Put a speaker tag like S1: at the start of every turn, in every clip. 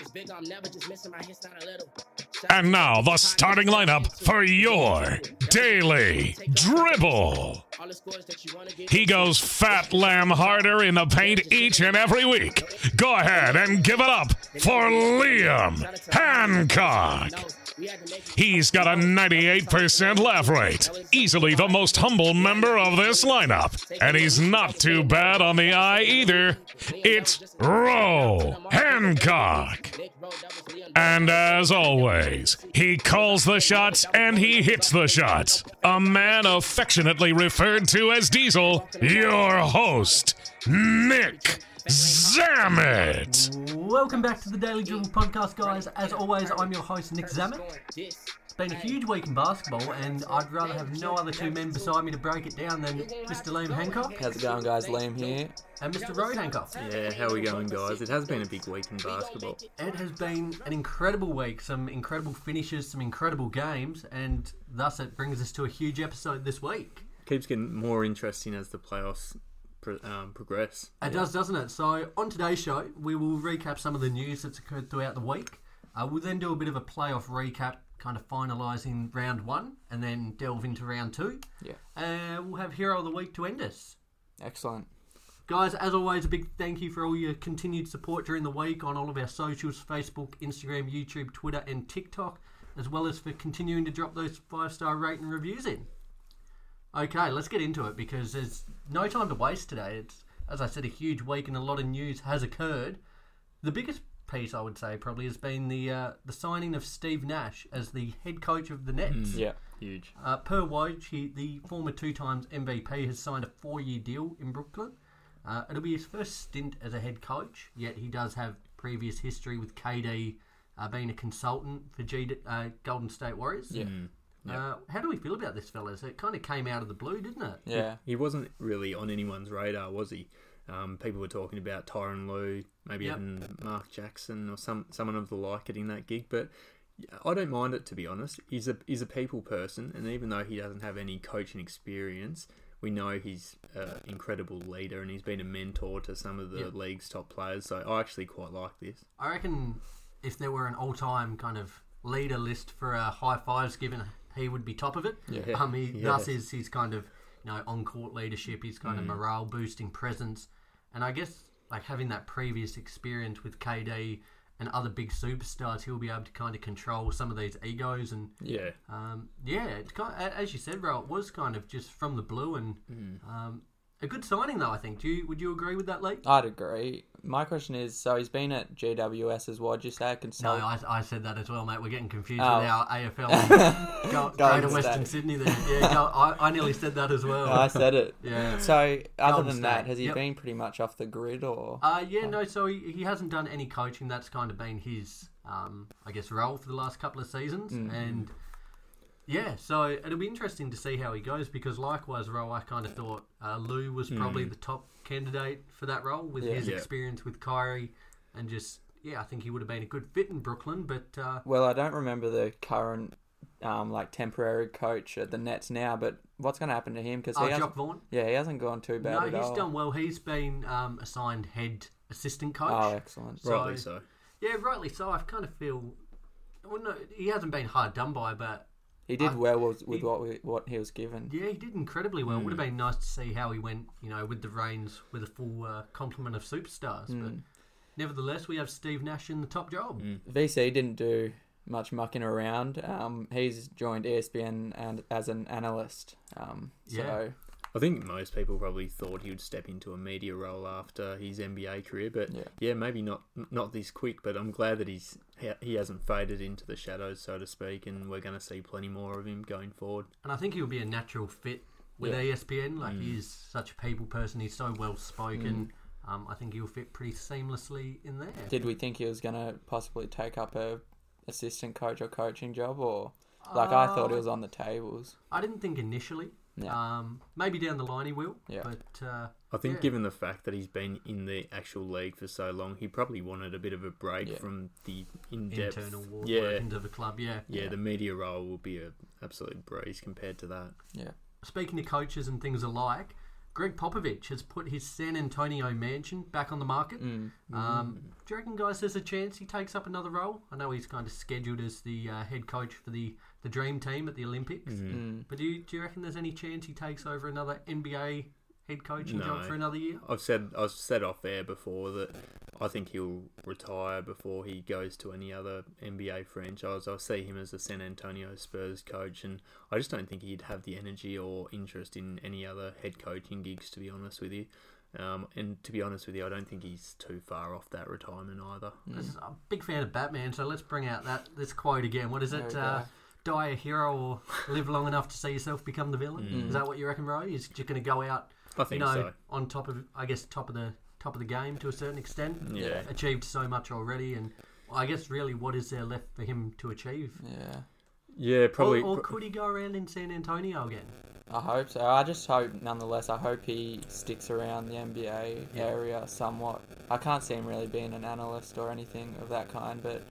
S1: It's big, I'm never just missing my hits, not a little.
S2: And now, the starting lineup for your daily dribble.
S1: All the scores that you wanna get.
S2: He goes fat lamb harder in the paint each and every week. Go ahead and give it up for Liam Hancock. He's got a 98% laugh rate, easily the most humble member of this lineup. And he's not too bad on the eye either. It's Roe Hancock. And as always, he calls the shots and he hits the shots. A man affectionately referred to as Diesel, your host, Nick Zamet.
S3: Welcome back to the Daily Dribble podcast, guys. As always, I'm your host, Nick Zammit. It's been a huge week in basketball, and I'd rather have no other two men beside me to break it down than Mr. Liam Hancock
S4: How's it going, guys? Liam here.
S3: and Mr. Road Hancock.
S5: Yeah, how we going, guys? It has been a big week in basketball.
S3: It has been an incredible week, some incredible finishes, some incredible games, and thus it brings us to a huge episode this week.
S5: Keeps getting more interesting as the playoffs pro- um, progress.
S3: It does, doesn't it? So, on today's show, we will recap some of the news that's occurred throughout the week. Uh, we'll then do a bit of a playoff recap, kind of finalising round one, and then delve into round two.
S4: Yeah.
S3: Uh, we'll have Hero of the Week to end us.
S4: Excellent.
S3: Guys, as always, a big thank you for all your continued support during the week on all of our socials Facebook, Instagram, YouTube, Twitter, and TikTok, as well as for continuing to drop those five star rating reviews in. Okay, let's get into it because there's no time to waste today. It's, as I said, a huge week and a lot of news has occurred. The biggest piece, I would say, probably has been the uh, the signing of Steve Nash as the head coach of the Nets.
S4: Yeah.
S5: Huge.
S3: Uh, per Woj, he, the former two times MVP, has signed a four year deal in Brooklyn. Uh, it'll be his first stint as a head coach, yet he does have previous history with KD uh, being a consultant for G, uh, Golden State Warriors.
S4: Yeah.
S3: Uh, how do we feel about this, fellas? It kind of came out of the blue, didn't it?
S4: Yeah.
S5: He wasn't really on anyone's radar, was he? Um, people were talking about Tyron Lue, maybe
S3: Yep.
S5: even Mark Jackson or some someone of the like getting that gig, but I don't mind it to be honest. He's a he's a people person, and even though he doesn't have any coaching experience, we know he's an incredible leader, and he's been a mentor to some of the
S3: Yeah.
S5: league's top players. So I actually quite like this.
S3: I reckon if there were an all time kind of leader list for uh, high fives given, he would be top of it.
S4: Yeah.
S3: Um, he, Thus
S5: Yes.
S3: is his kind of you know on court leadership, his kind of
S4: Mm.
S3: morale boosting presence, and I guess like having that previous experience with KD and other big superstars, he'll be able to kind of control some of these egos and
S5: Yeah,
S3: um, yeah, it's kind a as you said, Ro, it was kind of just from the blue and
S4: Mm.
S3: um, a good signing though. I think. Do you would you agree with that, Lee?
S4: I'd agree. My question is so he's been at GWS as well, just out
S3: No,
S4: consult.
S3: Oh, I, I said that as well, mate. We're getting confused
S4: Oh.
S3: with our AFL go,
S4: Golden
S3: Greater Western
S4: State.
S3: Sydney. There, yeah, go, I, I nearly said that as well.
S4: I said it.
S3: Yeah.
S4: So, other
S3: Golden
S4: than that,
S3: State.
S4: has he
S3: Yep.
S4: been pretty much off the grid or?
S3: Uh, yeah, no. So he, he hasn't done any coaching. That's kind of been his, um, I guess, role for the last couple of seasons.
S4: Mm.
S3: And yeah, so it'll be interesting to see how he goes because, likewise, role I kind of thought uh, Lou was probably the top candidate for that role with
S4: Mm. Yeah.
S3: his
S5: Yeah.
S3: experience with Kyrie and just yeah, I think he would have been a good fit in Brooklyn. But uh,
S4: Well, I don't remember the current, um, like temporary coach at the Nets now, but what's going to happen to him? Because he
S3: uh, Jock
S4: hasn't,
S3: Vaughan.
S4: yeah, he hasn't gone too bad
S3: No,
S4: at
S3: he's
S4: all.
S3: done well. He's been um, assigned head assistant coach.
S4: Oh, excellent.
S5: rightly
S3: So-
S5: so.
S3: Yeah, rightly so. I kind of feel, well, no, he hasn't been hard done by, but
S4: He did well with, with
S3: he-
S4: what we, what he was given.
S3: yeah, he did incredibly well. It Would have
S4: Hmm.
S3: been nice to see how he went, you know, with the reins with a full uh, complement of superstars. But
S4: Hmm.
S3: nevertheless, we have Steve Nash in the top job.
S4: VC didn't do much mucking around. Um, he's joined ESPN and as an analyst. Um, so
S3: Yeah.
S5: I think most people probably thought he would step into a media role after his NBA career, but
S4: Yeah.
S5: yeah, maybe not not this quick. But I'm glad that he's he hasn't faded into the shadows, so to speak, and we're going to see plenty more of him going forward.
S3: And I think he'll be a natural fit with E ESPN.
S4: Hmm.
S3: Like he is such a people person. He's so well spoken. Um, I think he'll fit pretty seamlessly in there.
S4: did we think he was gonna possibly take up a assistant coach or coaching job or like I
S3: Uh,
S4: thought he was on the tables.
S3: I didn't think initially.
S4: No.
S3: Um, maybe down the line he will.
S4: Yeah.
S3: But uh,
S5: I think,
S3: Yeah.
S5: given the fact that he's been in the actual league for so long, he probably wanted a bit of a break from the in-depth
S3: internal war
S5: Yeah,
S3: workings of the club. Yeah.
S5: yeah, the media role will be a absolute breeze compared to that.
S4: Yeah.
S3: Speaking to coaches and things alike, Greg Popovich has put his San Antonio mansion back on the market.
S5: Mm.
S3: Um, do you reckon, guys, there's a chance he takes up another role? I know he's kind of scheduled as the uh, head coach for the, the dream team at the Olympics,
S5: Mm.
S3: but do you, do you reckon there's any chance he takes over another NBA head coaching job
S5: No.
S3: for another year?
S5: I've said I've said off air before that I think he'll retire before he goes to any other NBA franchise. I see him as the San Antonio Spurs coach, and I just don't think he'd have the energy or interest in any other head coaching gigs. To be honest with you, um, and to be honest with you, I don't think he's too far off that retirement either.
S3: This- I'm a big fan of Batman, so let's bring out that this quote again. What is
S4: There
S3: it?
S4: we go.
S3: Uh, die a hero or live long enough to see yourself become the villain. Is that what you reckon, Roy? Is you're going to go out,
S5: Mm. I think
S3: you know,
S5: so.
S3: on top of I guess top of the top of the game to a certain extent.
S5: Yeah.
S3: achieved so much already, and I guess really, what is there left for him to achieve?
S4: Yeah.
S5: Yeah, probably.
S3: or, or could he go around in San Antonio again?
S4: I hope so. I just hope, nonetheless, I hope he sticks around the NBA area somewhat. I can't see him really being an analyst or anything of that kind, but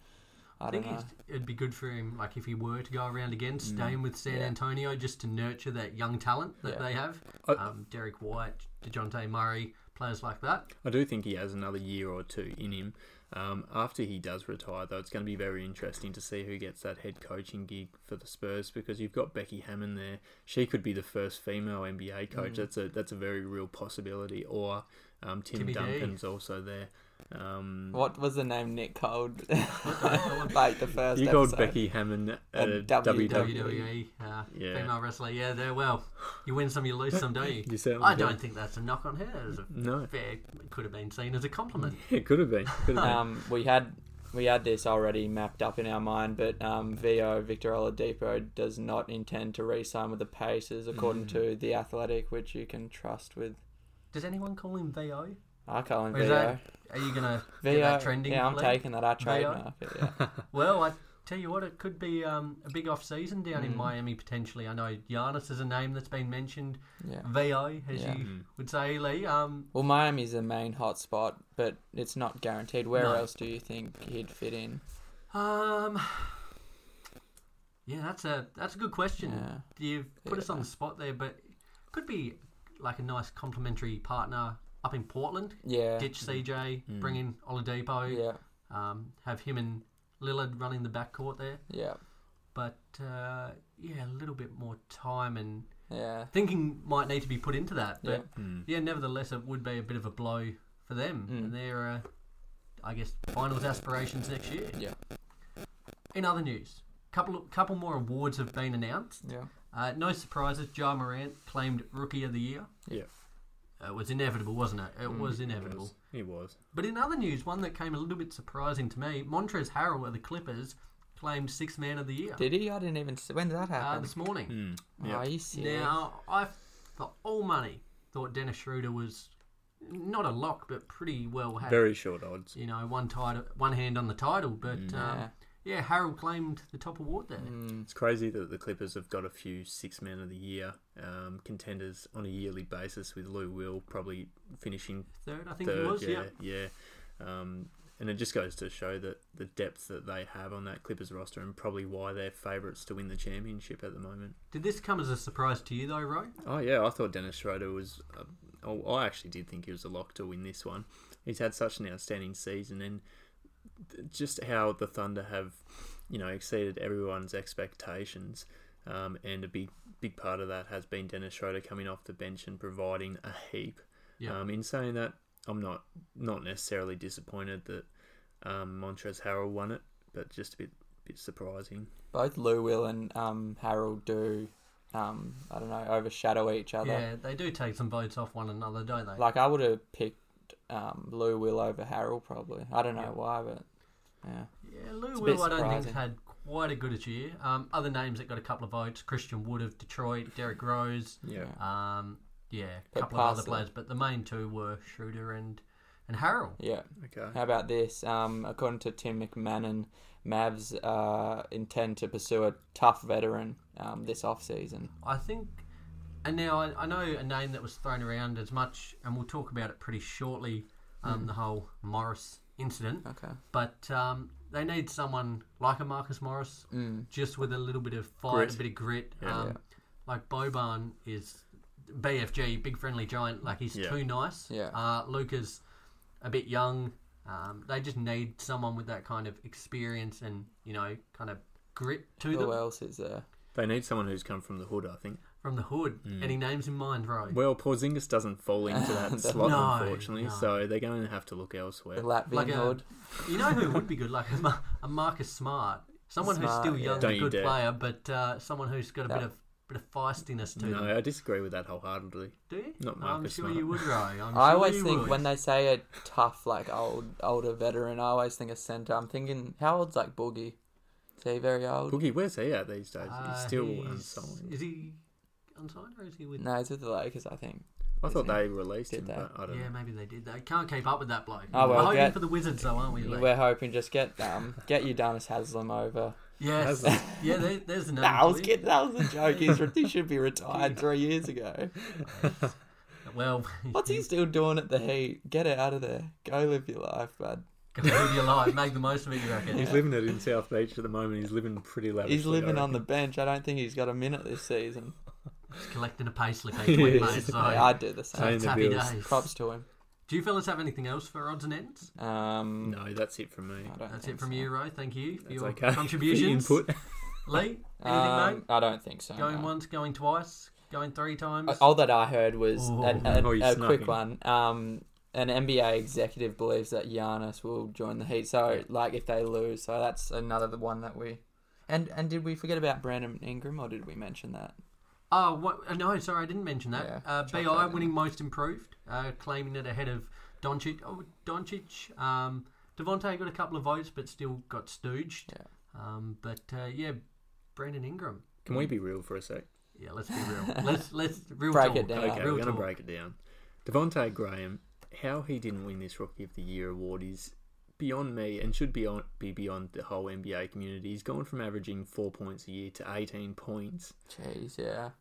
S4: I
S3: I
S4: don't
S3: think
S4: know. Mm.
S3: it's- it'd be good for him, like if he were to go around again, staying with San Antonio just to nurture that young talent that
S4: Yeah.
S3: they have.
S5: I-
S3: Um, Derek White, Dejounte Murray, players like that.
S5: I do think he has another year or two in him. Um, after he does retire, though, it's going to be very interesting to see who gets that head coaching gig for the Spurs because you've got Becky Hammond there. She could be the first female NBA
S4: Mm.
S5: coach. That's a that's a very real possibility. Or um, Tim
S3: Timmy D.
S5: Duncan's also there. Um,
S4: What was the name Nick called? like the first
S5: you
S4: episode.
S5: called Becky Hammond at
S4: A
S5: a E.
S4: W- E.
S5: WWE.
S3: WWE uh,
S5: Yeah.
S3: female wrestler. Yeah, there. Well, you win some, you lose some, don't you?
S5: You certainly
S3: I
S5: do.
S3: don't think that's a knock on her. It, was a
S5: No.
S3: fair, it could have been seen as a compliment.
S4: Mm.
S5: It could have been. Could have been.
S4: Um, we had we had this already mapped up in our mind, but um, VO Victor Oladipo does not intend to re-sign with the Pacers, according
S3: Mm.
S4: to the Athletic, which you can trust with.
S3: Does anyone call him VO?
S4: I call him
S3: Or is
S4: VO.
S3: that, are you gonna get
S4: VO.
S3: that trending?
S4: yeah, I'm
S3: Lee?
S4: taking that. I trademark it. Yeah.
S3: Well, I tell you what, it could be um, a big off season down
S4: Mm.
S3: in Miami potentially. I know Giannis is a name that's been mentioned.
S4: Yeah.
S3: VO, as
S4: Yeah.
S3: you would say, Lee. Um,
S4: Well, Miami's the main hotspot, but it's not guaranteed. Where
S3: No.
S4: else do you think he'd fit in?
S3: um, yeah, that's a that's a good question.
S4: Yeah.
S3: You've put us on the spot there, but could be like a nice complementary partner up in Portland.
S4: Yeah.
S3: Ditch CJ, bring in Oladipo,
S4: Yeah.
S3: um, have him and Lillard running the backcourt there.
S4: Yeah.
S3: But uh, yeah, a little bit more time and
S4: Yeah.
S3: thinking might need to be put into that. But yeah, nevertheless, it would be a bit of a blow for them and their, uh, I guess, finals aspirations next year.
S4: Yeah.
S3: In other news, couple couple more awards have been announced.
S4: Yeah.
S3: Uh, no surprises, Ja Morant claimed Rookie of the Year.
S5: yeah,
S3: Uh, It was inevitable, wasn't it? It was inevitable.
S5: he was.
S3: But in other news, one that came a little bit surprising to me, Montrez Harrell of the Clippers claimed Sixth Man of the Year
S4: Did he? I didn't even see. When did that
S3: uh,
S4: happen?
S3: this morning.
S4: Oh, are you
S3: Um,
S4: serious?
S3: Now, I, for all money, thought Dennis Schroeder was not a lock, but pretty well had.
S5: Very short odds.
S3: You know, one title, one hand on the title, but um,
S4: Mm. Yeah. Mm.
S3: yeah, Harold claimed the top award there.
S5: It's crazy that the Clippers have got a few six man of the year um, contenders on a yearly basis, with Lou Will probably finishing
S3: Third, I think
S5: third.
S3: it was.
S5: yeah,
S3: Yeah.
S5: yeah. Um, and it just goes to show that the depth that they have on that Clippers roster, and probably why they're favourites to win the championship at the moment.
S3: Did this come as a surprise to you though, Roy?
S5: Oh yeah, I thought Dennis Schroeder was. Uh, oh, I actually did think he was a lock to win this one. He's had such an outstanding season, and th- just how the Thunder have, you know, exceeded everyone's expectations. Um, and a big, big part of that has been Dennis Schroeder coming off the bench and providing a heap.
S3: Yeah.
S5: Um, in saying that, I'm not not necessarily disappointed that um, Montrezl Harrell won it, but just a bit bit surprising.
S4: Both Lou Will and um, Harold do, um, I don't know, overshadow each other.
S3: Yeah, they do take some votes off one another, don't they?
S4: Like, I would have picked um, Lou Will over Harold, probably. I don't know why, but yeah.
S3: yeah, Lou
S4: a
S3: Will,
S4: bit
S3: I don't
S4: surprising.
S3: think had quite a good a year. Um, other names that got a couple of votes: Christian Wood of Detroit, Derek Rose.
S5: Yeah.
S3: Um, yeah, a
S4: But
S3: couple of other
S4: Parsley.
S3: players, but the main two were Schroeder and and Harrell.
S4: Yeah.
S5: Okay.
S4: How about this? Um, according to Tim McMahon, Mavs uh, intend to pursue a tough veteran um, this offseason.
S3: I think, and now I, I know a name that was thrown around as much, and we'll talk about it pretty shortly. Um, The whole Morris incident,
S4: Okay.
S3: but um, they need someone like a Marcus Morris, just with a little bit of fight,
S5: Grit.
S3: a bit of grit. um, Like Boban is BFG, big friendly giant. Like he's
S5: Yeah.
S3: too nice.
S4: Yeah.
S3: Uh, Luca's a bit young. Um, they just need someone with that kind of experience and you know kind of grit to them
S4: Who else is there?
S5: They need someone who's come from the hood, I think.
S3: from the hood. Any names in mind, Ro?
S5: Well, Porzingis doesn't fall into that slot,
S3: No,
S5: unfortunately,
S3: no.
S5: so they're going to have to look elsewhere.
S4: The Latvian
S3: Like a-
S4: hood.
S3: You know who would be good? Like a, Mar- a Marcus Smart, someone who's
S4: Smart,
S3: still
S4: yeah.
S3: young,
S5: Don't
S3: and a
S5: you
S3: good
S5: dare.
S3: player, but uh, someone who's got a bit
S4: That-
S3: of bit of feistiness to them.
S5: No, I disagree with that wholeheartedly.
S3: Do you?
S5: Not
S3: I'm
S5: Marcus
S3: sure
S5: Smart.
S3: you would, Ro. I'm
S4: I
S3: sure
S4: always
S3: you
S4: think
S3: would.
S4: when they say a tough, like old, older veteran, I always think a centre. I'm thinking, how old's like Boogie? Is he very old?
S5: Boogie, where's he at these days?
S3: Uh,
S5: he's still um,
S3: he's-
S5: unsigned.
S3: Is he unsigned or is he with?
S4: No, he's with the Lakers, I think.
S5: I thought they released
S4: Did
S5: him,
S4: they?
S5: but I don't
S3: Yeah,
S5: know.
S3: maybe they did. They can't keep up with that bloke.
S4: Oh, well,
S3: We're hoping
S4: get-
S3: for the Wizards, though, aren't we? Lee?
S4: We're hoping just get um get Udonis Haslam over.
S3: Yes. yeah, there, there's another.
S4: Nah, I was
S3: clue.
S4: kidding. That was a joke. He's, re- he should be retired three years ago.
S3: Well,
S4: What's he still doing at the Heat? Get it out of there. Go live your life, bud.
S3: Go live your life. Make the most of it, you reckon?
S5: He's living it in South Beach at the moment. He's living pretty lavishly.
S4: He's living
S5: I
S4: on the
S5: reckon.
S4: bench. I don't think he's got a minute this season.
S3: He's collecting a pay slip each week, mate. So
S4: Yeah, "Ah, I'd do
S5: Paying
S4: the same.
S3: it's
S5: the
S3: happy
S5: bills.
S3: days.
S4: Props to him.
S3: Do you fellas have anything else for odds and ends?
S4: Um,
S5: No, that's it from me.
S4: I don't
S3: That's
S4: think
S3: it from
S4: so.
S3: you, Ro. Thank you for
S5: That's
S3: your
S5: okay.
S3: contributions.
S5: Input.
S3: Lee, anything,
S4: Um,
S3: mate?
S4: I don't think so.
S3: Going
S4: no.
S3: once, going twice, going three times.
S4: All that I heard was
S3: Ooh.
S4: a, a,
S5: Oh, you
S4: a
S5: snuck
S4: quick
S5: in.
S4: one. Um, an NBA executive believes that Giannis will join the Heat. So, like, if they lose, so that's another one that we. And and did we forget about Brandon Ingram or did we mention that?
S3: Oh, what? uh, No, sorry, I didn't mention that.
S4: Yeah,
S3: uh, Bi
S4: chuck that in.
S3: winning Most Improved, uh, claiming it ahead of Doncic. Oh, Doncic. Um, Devontae got a couple of votes, but still got stooged.
S4: Yeah.
S3: Um, but uh, yeah, Brandon Ingram.
S5: Can we be real for a sec?
S3: Yeah, let's be real. let's let's real
S4: Break
S3: talk.
S4: it down.
S5: Okay,
S4: Yeah,
S5: we're
S3: Uh, real
S5: going to
S3: talk.
S5: break it down. Devontae Graham, how he didn't win this Rookie of the Year award is beyond me and should be, on, be beyond the whole NBA community. He's gone from averaging four points a year to 18 points.
S4: Jeez, yeah.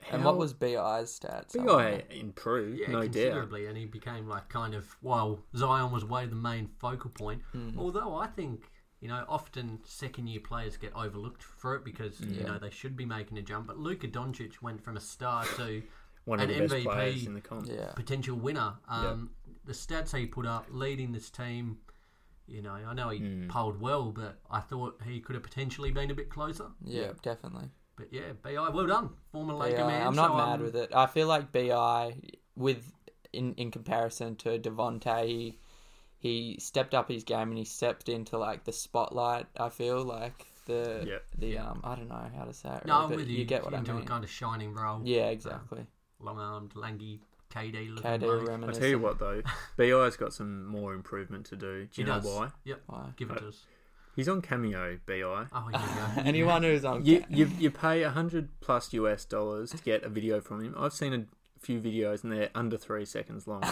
S5: How,
S4: And what was BI's stats? I wonder.
S5: BI improved,
S3: Yeah,
S5: no doubt.
S3: considerably, and he became like kind of while Zion was way the main focal point.
S4: Mm.
S3: Although I think you know often second year players get overlooked for it because you know they should be making a jump. But Luka Doncic went from a star to
S5: One of
S3: an
S5: the best
S3: MVP.
S5: players in the comp.
S4: Yeah.
S3: potential winner. Um, The stats he put up leading this team, you know, I know he
S4: Mm.
S3: polled well, but I thought he could have potentially been a bit closer.
S4: yeah, definitely.
S3: But yeah, Bi, well done, former Laker
S4: BI,
S3: man.
S4: I'm not
S3: so um,
S4: mad with it. I feel like Bi with in in comparison to Devonte, he, he stepped up his game and he stepped into like the spotlight. I feel like the
S5: Yep.
S4: the um I don't know how to say it.
S3: No,
S4: really,
S3: I'm
S4: but
S3: with you.
S4: You get what I
S3: into
S4: mean.
S3: a kind of shining role.
S4: Yeah, exactly.
S3: long armed, lanky KD looking. bloke.
S5: I
S4: KD
S5: tell you
S4: reminiscent.
S5: what though, Bi's got some more improvement to do. Do
S3: He
S5: you know
S3: does.
S5: why?
S3: Yep.
S4: Why?
S3: Give it to us.
S5: He's on cameo. Bi.
S3: Oh, here you go.
S4: Anyone who's on
S5: You you, you pay a hundred plus US dollars to get a video from him. I've seen a few videos and they're under three seconds long.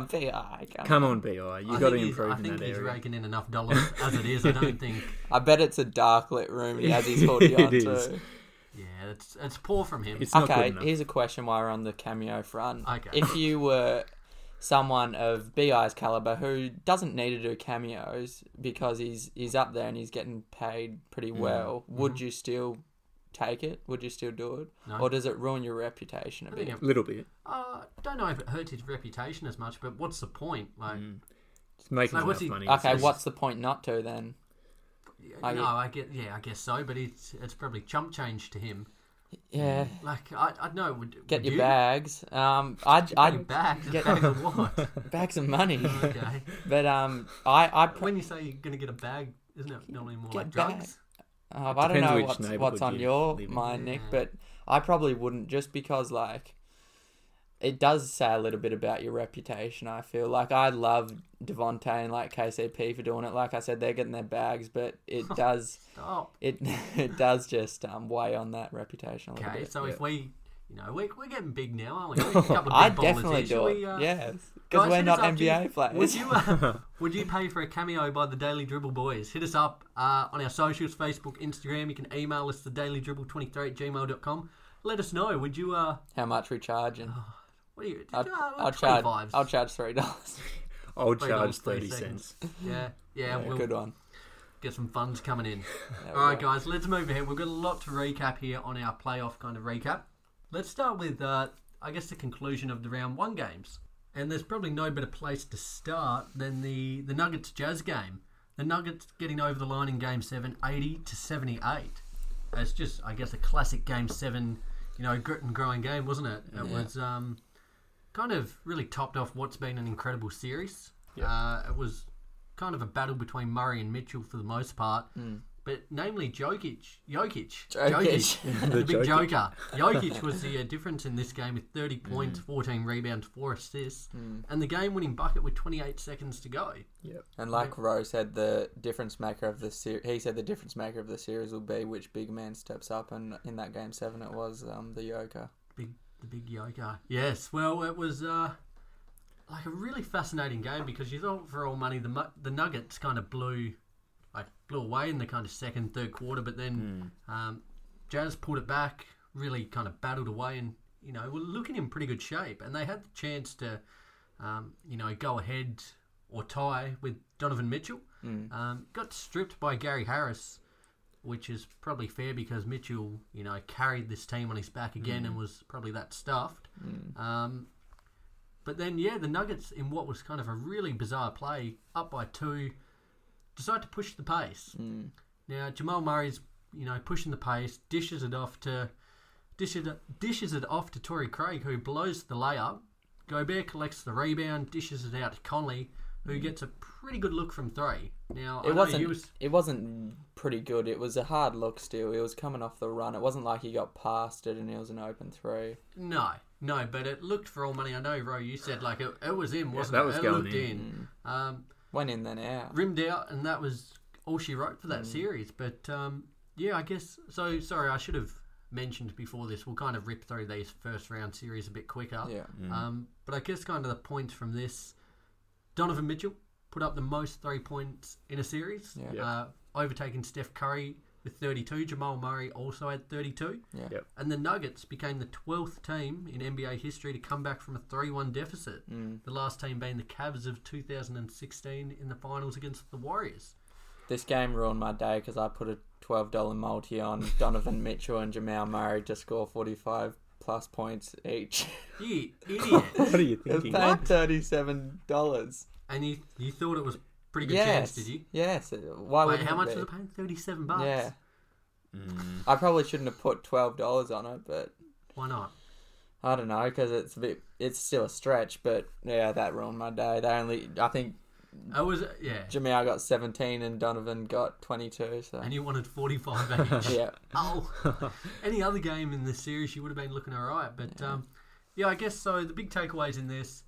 S4: Bi, come
S5: Come on, Bi, you
S3: I
S5: got to
S3: think he's-
S5: improve
S3: I
S5: in
S3: think
S5: that
S3: he's
S5: area.
S3: raking in enough dollars as it is. I don't think.
S4: I bet it's a dark lit room. and He has his hoodie on
S5: It is.
S4: too.
S3: Yeah, it's it's poor from him.
S5: It's not good
S4: Okay,
S5: enough.
S4: here's a question while we're on the cameo front.
S3: Okay.
S4: If you were someone of BI's caliber who doesn't need to do cameos because he's he's up there and he's getting paid pretty well, would you still take it? Would you still do it?
S3: Mm-hmm. No.
S4: Or does it ruin your reputation a
S3: I think
S4: bit?
S3: it-
S5: Little bit.
S3: uh, don't know if it hurts his reputation as much, but what's the point? Like,
S5: It's making
S3: Like, what's
S5: enough
S3: he-
S5: money.
S4: Okay,
S5: It's-
S4: what's the point not to then? I
S3: no,
S4: get-
S3: I get, yeah, I guess so, but it's it's probably chump change to him.
S4: Yeah,
S3: Like, I I know. Would,
S4: get
S3: would
S4: your
S3: you?
S4: bags. Um, I
S3: Get
S4: I
S3: your bag.
S4: get-
S3: bag of what?
S4: bags of money,
S3: okay.
S4: but um, I I pr-
S3: When you say you're gonna get a bag, isn't it normally more
S4: Get
S3: like drugs?
S4: bags. Uh, I don't
S5: depends
S4: know
S5: which
S4: what's, what's
S5: neighbourhood
S4: on
S5: you
S4: your
S5: live in.
S4: mind, Nick, but I probably wouldn't just because, like, it does say a little bit about your reputation, I feel. Like, I love Devontae and, like, KCP for doing it. Like I said, they're getting their bags, but it does,
S3: Stop.
S4: it it does just um, weigh on that reputation a little
S3: Okay,
S4: bit.
S3: so if we, you know, we, we're getting big now, aren't we? We're a couple of
S4: I
S3: big ballers
S4: definitely
S3: here.
S4: do
S3: Shall
S4: it,
S3: we, uh,
S4: yes.
S3: guys,
S4: Because we're
S3: hit
S4: not
S3: us up. Do you-
S4: NBA players.
S3: Would you, uh, would you pay for a cameo by the Daily Dribble Boys? Hit us up uh, on our socials, Facebook, Instagram. You can email us, thedailydribble23 at gmail.com. Let us know. Would you, uh,
S4: How much we charging?
S3: Oh, what are you,
S4: I'll,
S3: uh,
S4: I'll charge.
S3: 25s.
S4: I'll charge three dollars.
S5: I'll
S3: Three
S5: charge
S3: dollars, thirty
S5: thirty cents.
S3: Yeah, yeah, we'll
S4: Good one.
S3: get some funds coming in.
S4: There we
S3: All right,
S4: go.
S3: guys, let's move ahead. We've got a lot to recap here on our playoff kind of recap. Let's start with uh, I guess, the conclusion of the round one games. And there's probably no better place to start than the, the Nuggets Jazz game. The Nuggets getting over the line in game seven, 80 to 78. It's just, I guess, a classic game seven, you know, grit and grind game, wasn't it? It was um, kind of really topped off what's been an incredible series. Uh, it was kind of a battle between Murray and Mitchell for the most part. But namely Jokic, Jokic,
S4: Jokic.
S3: the, big
S5: Jokic.
S3: Joker. Jokic was the uh, difference in this game with 30 points, 14 rebounds, four assists, and the game-winning bucket with 28 seconds to go.
S5: Yep.
S4: And like Rowe said, the difference maker of the series, he said the difference maker of the series will be which big man steps up, and in that game seven, it was um, the Joker.
S3: Big, the big Joker. Yes. Well, it was uh, like a really fascinating game because you thought for all money the mu- the Nuggets kind of blew, like blew away in the kind of second, third quarter, but then um, Jazz pulled it back, really kind of battled away, and you know were looking in pretty good shape, and they had the chance to, um, you know, go ahead or tie with Donovan Mitchell. Um, got stripped by Gary Harris which is probably fair because Mitchell, you know, carried this team on his back again
S4: Mm.
S3: and was probably that stuffed. Um, but then, yeah, the Nuggets, in what was kind of a really bizarre play, up by two, decide to push the pace.
S4: Mm.
S3: Now Jamal Murray's, you know, pushing the pace, dishes it off to, dishes it, dishes it off to Torrey Craig, who blows the layup. Gobert collects the rebound, dishes it out to Conley, who gets a pretty good look from three. Now I
S4: Mm.
S3: know
S4: It wasn't.
S3: you was-
S4: It wasn't pretty good. It was a hard look. Still, it was coming off the run. It wasn't like he got past it and it was an open three.
S3: No, no, but it looked for all money. I know, Ro, you said like it, it was in, wasn't
S5: that
S3: it?
S5: was
S3: it
S5: going
S3: looked
S5: in.
S3: in. Um,
S4: Went in then out.
S3: rimmed out, and that was all she wrote for that
S5: Mm.
S3: series. But um, yeah, I guess. So sorry, I should have mentioned before this. We'll kind of rip through these first round series a bit quicker.
S4: Yeah.
S3: Um, but I guess kind of the points from this: Donovan Mitchell put up the most three points in a series,
S4: Yeah.
S3: Uh, overtaking Steph Curry with 32. Jamal Murray also had 32.
S4: Yeah.
S5: Yep.
S3: And the Nuggets became the 12th team in NBA history to come back from a 3 1 deficit,
S4: Mm.
S3: the last team being the Cavs of 2016 in the finals against the Warriors.
S4: This game ruined my day because I put a twelve dollar multi on Donovan Mitchell and Jamal Murray to score forty five plus points each.
S3: You idiot.
S5: What are you
S4: It was
S5: thinking?
S4: paying thirty seven dollars.
S3: and you, you thought it was pretty good
S4: Yes.
S3: chance, did you?
S4: Yes. Why
S3: Wait,
S4: would
S3: how much
S4: be?
S3: was it paying? 37 bucks.
S4: Yeah.
S3: Mm.
S4: I probably shouldn't have put twelve dollars on it, but
S3: Why not?
S4: I don't know because it's a bit. It's still a stretch, but yeah, that ruined my day. They only, I think,
S3: I was, yeah.
S4: Jamal got seventeen and Donovan got twenty-two. So
S3: And you wanted 45 each.
S4: yeah,
S3: Oh, any other game in this series, you would have been looking all right. But yeah. Um, yeah, I guess so. The big takeaways in this,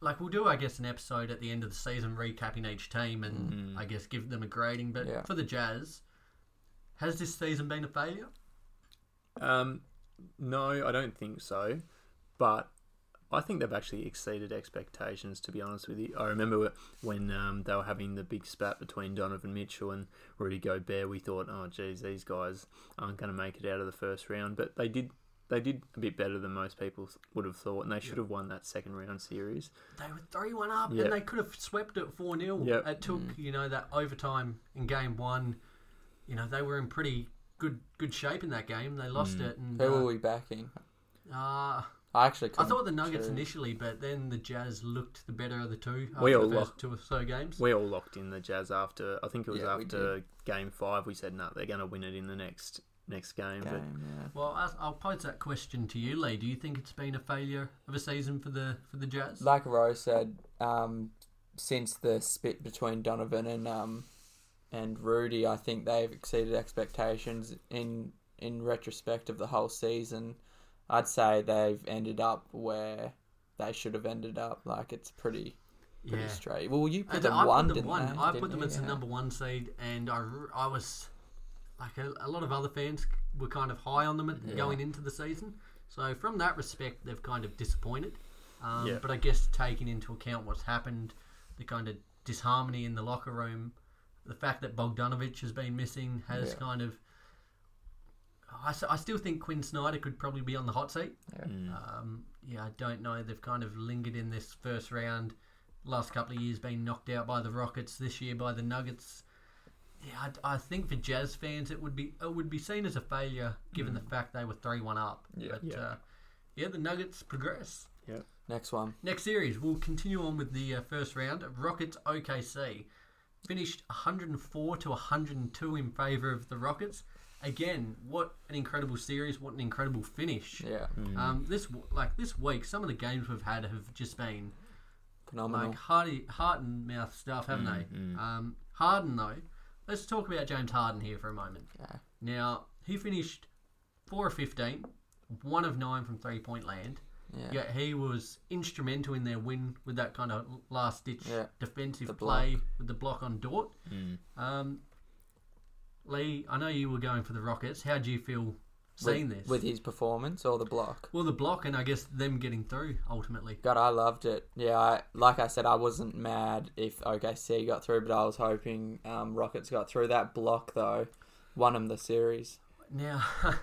S3: like we'll do, I guess, an episode at the end of the season recapping each team and I guess give them a grading. But
S4: Yeah.
S3: for the Jazz, has this season been a failure?
S5: Um, no, I don't think so. But I think they've actually exceeded expectations. To be honest with you, I remember wh- when um, they were having the big spat between Donovan Mitchell and Rudy Gobert. We thought, oh, geez, these guys aren't going to make it out of the first round. But they did. They did a bit better than most people would have thought, and they should have won that second round series.
S3: They were three one up,
S5: Yep.
S3: and they could have swept it four 0
S5: Yep.
S3: It took you know that overtime in game one. You know they were in pretty good good shape in that game. They lost it, and
S4: who
S3: uh,
S4: were we backing?
S3: uh,
S4: I actually.
S3: I
S4: Couldn't
S3: thought the Nuggets
S4: choose.
S3: initially, but then the Jazz looked the better of the two after
S5: We all
S3: the first
S5: looked-
S3: two or so games.
S5: We all locked in the Jazz after. I think it was
S4: Yeah, we
S5: after game five. We said, no, they're going to win it in the next next game. But
S4: Game, yeah.
S3: Well, I- I'll pose that question to you, Lee. Do you think it's been a failure of a season for the for the Jazz?
S4: Like Rose said, um, since the spit between Donovan and um, and Rudy, I think they've exceeded expectations in in retrospect of the whole season. I'd say they've ended up where they should have ended up. Like it's pretty pretty
S3: yeah.
S4: straight. Well, you put
S3: And
S4: them
S3: I
S4: one,
S3: put them
S4: didn't
S3: one.
S4: they?
S3: I
S4: Didn't
S3: put them
S4: you?
S3: as the
S4: Yeah.
S3: number one seed, and I, r- I was like a, a lot of other fans were kind of high on them at, going into the season. So from that respect, they've kind of disappointed. Um,
S5: Yeah.
S3: But I guess taking into account what's happened, the kind of disharmony in the locker room, the fact that Bogdanovich has been missing has
S4: Yeah.
S3: kind of. I, s- I still think Quinn Snyder could probably be on the hot seat.
S4: Yeah. Mm.
S3: Um, yeah, I don't know. They've kind of lingered in this first round. Last couple of years, been knocked out by the Rockets. This year by the Nuggets. Yeah, I, I think for Jazz fans, it would be it would be seen as a failure given the fact they were three one up.
S4: Mm. Yeah.
S3: but
S5: Yeah.
S3: Uh, Yeah, the Nuggets progress.
S5: Yep.
S4: Next one.
S3: Next series, we'll continue on with the uh, first round. Rockets OKC finished 104 to 102 in favour of the Rockets. Again, what an incredible series! What an incredible finish!
S4: Yeah.
S3: Um, this w- like this week, some of the games we've had have just been
S4: Phenomenal.
S3: like hearty, heart and mouth stuff, haven't
S4: Mm,
S3: they? Um, Harden though, let's talk about James Harden here for a moment.
S4: Yeah.
S3: Now he finished four of 15, one of nine from three point land.
S4: Yeah.
S3: Yet he was instrumental in their win with that kind of last ditch
S4: Yeah.
S3: defensive
S4: The block. Mm.
S3: play with the block on Dort. Um, Lee, I know you were going for the Rockets. How do you feel seeing
S4: with,
S3: this?
S4: with his performance or the block.
S3: well, the block and I guess them getting through ultimately.
S4: God, I loved it. Yeah, I, like I said, I wasn't mad if OKC got through, but I was hoping um, Rockets got through. That block though, won them the series.
S3: Now,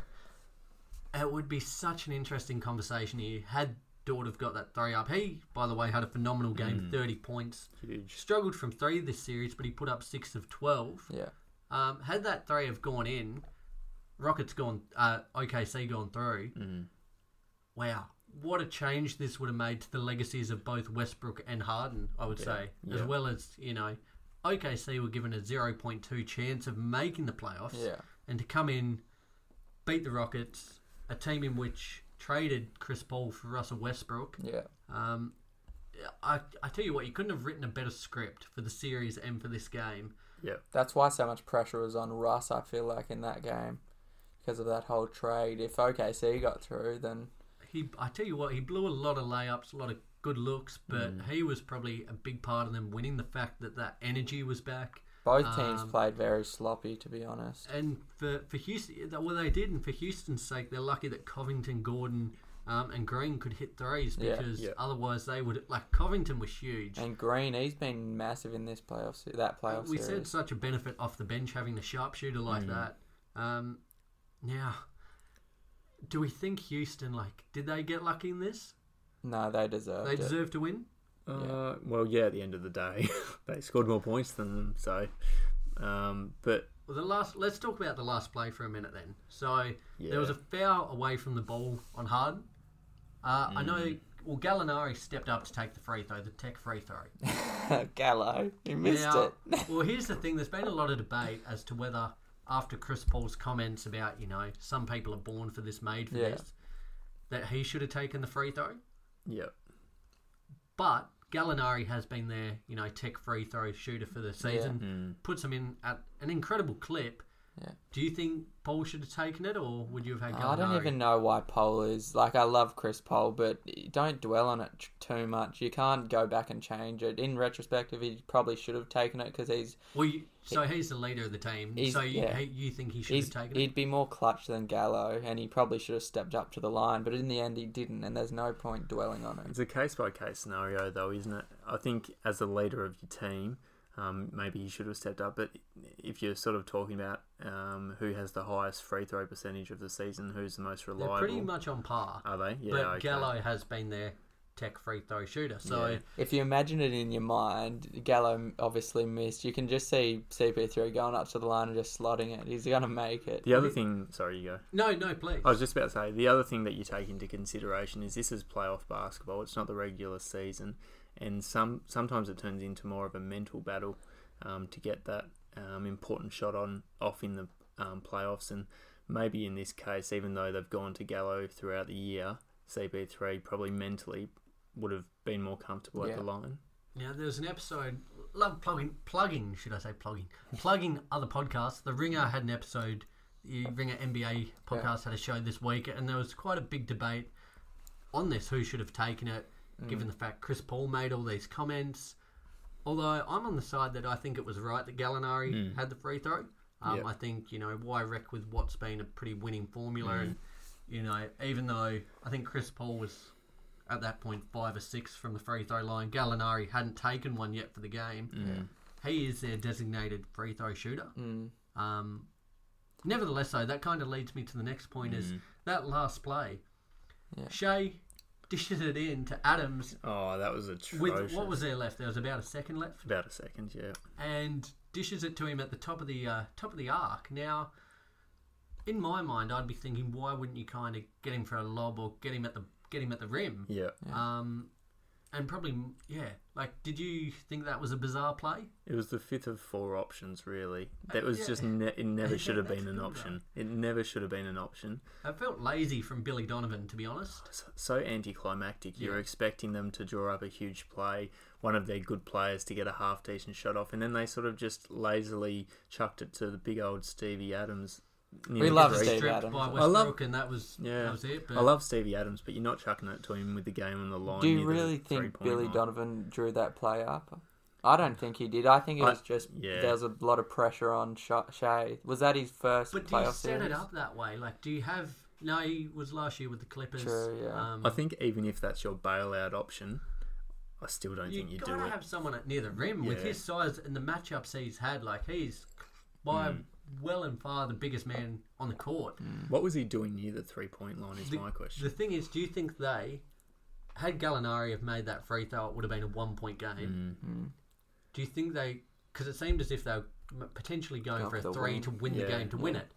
S3: it would be such an interesting conversation here had Dort have got that three up. He, by the way, had a phenomenal game, 30 points.
S5: Hmm. Huge.
S3: Struggled from three this series, but he put up six of 12.
S4: Yeah,
S3: Um, had that three have gone in, Rockets gone, uh, OKC gone through.
S5: Hmm.
S3: Wow, what a change this would have made to the legacies of both Westbrook and Harden. I would say, as
S5: yeah.
S3: well as you know, OKC were given a zero point two chance of making the playoffs,
S4: Yeah.
S3: and to come in, beat the Rockets, a team in which traded Chris Paul for Russell Westbrook.
S4: yeah,
S3: Um, I, I tell you what, you couldn't have written a better script for the series and for this game.
S5: Yep.
S4: that's why so much pressure was on Russ. I feel like in that game because of that whole trade. If OKC got through, then
S3: he I tell you what, he blew a lot of layups, a lot of good looks, but he was probably a big part of them winning the fact that that energy was back.
S4: both teams
S3: Um,
S4: played very sloppy, to be honest.
S3: And for for Houston, well they did, and for Houston's sake, they're lucky that Covington, Gordon, um, and Green could hit threes
S4: Yeah.
S3: because
S5: Yeah.
S3: otherwise they would like Covington was huge.
S4: And Green, he's been massive in this playoff. se- That playoff
S3: we
S4: series.
S3: said such a benefit off the bench having a sharpshooter like that. Um, now, do we think Houston like did they get lucky in this?
S4: no, they deserved
S3: They
S4: it.
S3: deserve to win.
S5: Uh, well, yeah. At the end of the day, they scored more points than them. So, um, but
S3: Well, the last let's talk about the last play for a minute then. So
S5: Yeah.
S3: there was a foul away from the ball on Harden. Uh, I know. Well, Gallinari stepped up to take the free throw, the tech free throw.
S4: Gallo, he missed
S3: Now,
S4: it.
S3: well, here's the thing: there's been a lot of debate as to whether, after Chris Paul's comments about you know some people are born for this, made for
S4: Yeah.
S3: this, that he should have taken the free throw.
S5: yep.
S3: But Gallinari has been their, you know, tech free throw shooter for the season.
S5: Hmm.
S3: Puts him in at an incredible clip.
S4: Yeah.
S3: Do you think Paul should have taken it, or would you have had Gallinari?
S4: I don't even know why Paul is like. I love Chris Paul, but don't dwell on it t- too much. You can't go back and change it. In retrospective, he probably should have taken it because he's
S3: Well, you, so he's the leader of the team.
S4: He's-
S3: So you,
S4: yeah.
S3: he- you think he should
S4: he's
S3: have taken it?
S4: he'd be more clutch than Gallo, and he probably should have stepped up to the line. But in the end, he didn't, and there's no point dwelling on it.
S5: It's a case by case scenario, though, isn't it? I think as the leader of your team, um, maybe he should have stepped up. But if you're sort of talking about um, who has the highest free throw percentage of the season, who's the most
S3: They're
S5: reliable,
S3: pretty much on par.
S5: are they? Yeah,
S3: but
S5: okay.
S3: Gallo has been their tech free throw shooter. So
S5: Yeah.
S4: If you imagine it in your mind, Gallo obviously missed. You can just see CP3 going up to the line and just slotting it. He's gonna make it.
S5: The other thing, sorry, you go.
S3: no, no, please.
S5: I was just about to say the other thing that you take into consideration is this is playoff basketball. It's not the regular season, and some sometimes it turns into more of a mental battle um, to get that um, important shot on off in the um, playoffs. And maybe in this case, even though they've gone to Gallo throughout the year, CB3 probably mentally would have been more comfortable
S4: Yeah.
S5: at the line.
S3: Now there's an episode. Love plugging, plugging. Should I say plugging? Plugging other podcasts. The Ringer had an episode. The Ringer NBA podcast had a show this week, and there was quite a big debate on this. Who should have taken it? Given the fact Chris Paul made all these comments. Although I'm on the side that I think it was right that Gallinari had the free throw. Um,
S5: Yep.
S3: I think you know why wreck with what's been a pretty winning formula, and you know even though I think Chris Paul was at that point five or six from the free throw line. Gallinari hadn't taken one yet for the game. He is their designated free throw shooter. Um, nevertheless, though, that kind of leads me to the next point: is that last play,
S4: Yeah.
S3: Shea dishes it in to Adams
S5: Oh, that was atrocious.
S3: with what was there left? There was about a second left,
S5: about a second? Yeah,
S3: and dishes it to him at the top of the uh, top of the arc. Now. In my mind, I'd be thinking, why wouldn't you kind of get him for a lob or get him at the get him at the rim.
S5: Yeah.
S3: Um, and probably yeah. Like, did you think that was a bizarre play?
S5: It was the fifth of four options, really.
S3: Uh,
S5: That was just ne- it never should have been an option. It never should have been an option.
S3: I felt lazy from Billy Donovan, to be honest.
S5: So, so anticlimactic. You're expecting them to draw up a huge play, one of their good players to get a half decent shot off, and then they sort of just lazily chucked it to the big old Stevie Adams. near
S4: We
S5: the
S4: love
S5: three.
S4: Steve
S3: Stripped
S4: Adams.
S3: by
S4: I
S3: Westbrook,
S5: love-
S3: and that was
S5: Yeah,
S3: that was it. But
S5: I love Stevie Adams, but you're not chucking it to him with the game on the line.
S4: Do you
S5: near the
S4: really think
S5: three-point
S4: Billy
S5: line.
S4: Donovan drew that play up? I don't think he did. I think it
S5: I-
S4: was just
S5: yeah.
S4: there was a lot of pressure on Sha- Shay. Was that his first
S3: but do you
S4: playoff
S3: set
S4: series?
S3: it up that way? Like, do you have? No, he was last year with the Clippers.
S4: True, yeah.
S3: Um,
S5: I think even if that's your bailout option, I still don't
S3: you
S5: think you
S3: gotta
S5: do it.
S3: have someone at near the rim with
S5: Yeah.
S3: his size and the matchups he's had. Like, he's by
S5: Hmm.
S3: well and far the biggest man on the court.
S5: What was he doing near the three point line? Is
S3: The-
S5: my question.
S3: The thing is, do you think they had Gallinari have made that free throw? It would have been a one point game.
S4: Mm.
S3: Do you think they? Because it seemed as if they were m- potentially going
S4: Go
S3: for a
S4: for the
S3: three
S4: win.
S3: to win the
S5: Yeah,
S3: game to win it.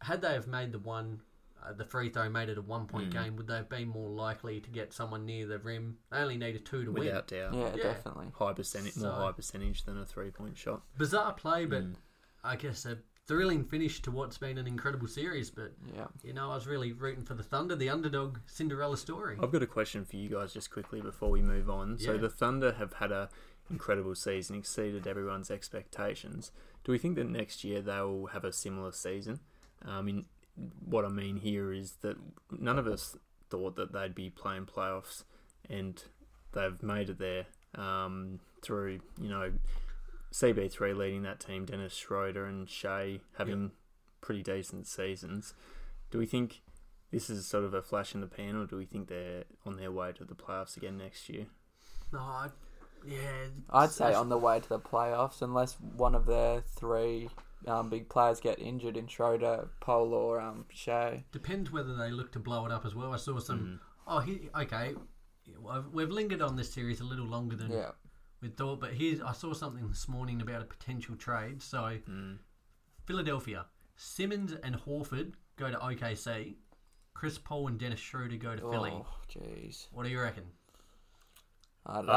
S3: Had they have made the one, uh, the free throw made it a one
S4: Mm.
S3: point game, would they have been more likely to get someone near the rim? They only needed two to win.
S5: Without doubt,
S4: yeah,
S3: Yeah.
S4: definitely.
S5: high percentage,
S3: So-
S5: more high percentage than a three point shot.
S3: Bizarre play, but
S4: Mm.
S3: I guess a thrilling finish to what's been an incredible series. But
S4: Yeah.
S3: you know, I was really rooting for the Thunder, the underdog Cinderella story.
S5: I've got a question for you guys just quickly before we move on. So
S3: Yeah.
S5: the Thunder have had a incredible season, exceeded everyone's expectations. Do we think that next year they'll have a similar season? I mean, what I mean here is that none of us thought that they'd be playing playoffs, and they've made it there um, through you know CB3 leading that team, Dennis Schroeder and Shea having pretty decent seasons. Do we think this is sort of a flash in the pan, or do we think they're on their way to the playoffs again next year?
S3: No, I, Oh, yeah,
S4: I'd say on the way to the playoffs, unless one of their three um, big players get injured in Schroeder, Pole, or um, Shea.
S3: depends whether they look to blow it up as well. I saw
S5: Mm.
S3: some. Oh, he, okay. I've- We've lingered on this series a little longer
S5: Hmm.
S3: than
S4: Yeah.
S3: we thought, but here's I saw something this morning about a potential trade. So,
S5: Mm.
S3: Philadelphia, Simmons and Horford go to OKC. Chris Paul and Dennis Schroeder go to Philly.
S4: Oh, jeez.
S3: What do you reckon?
S4: I,
S5: Um,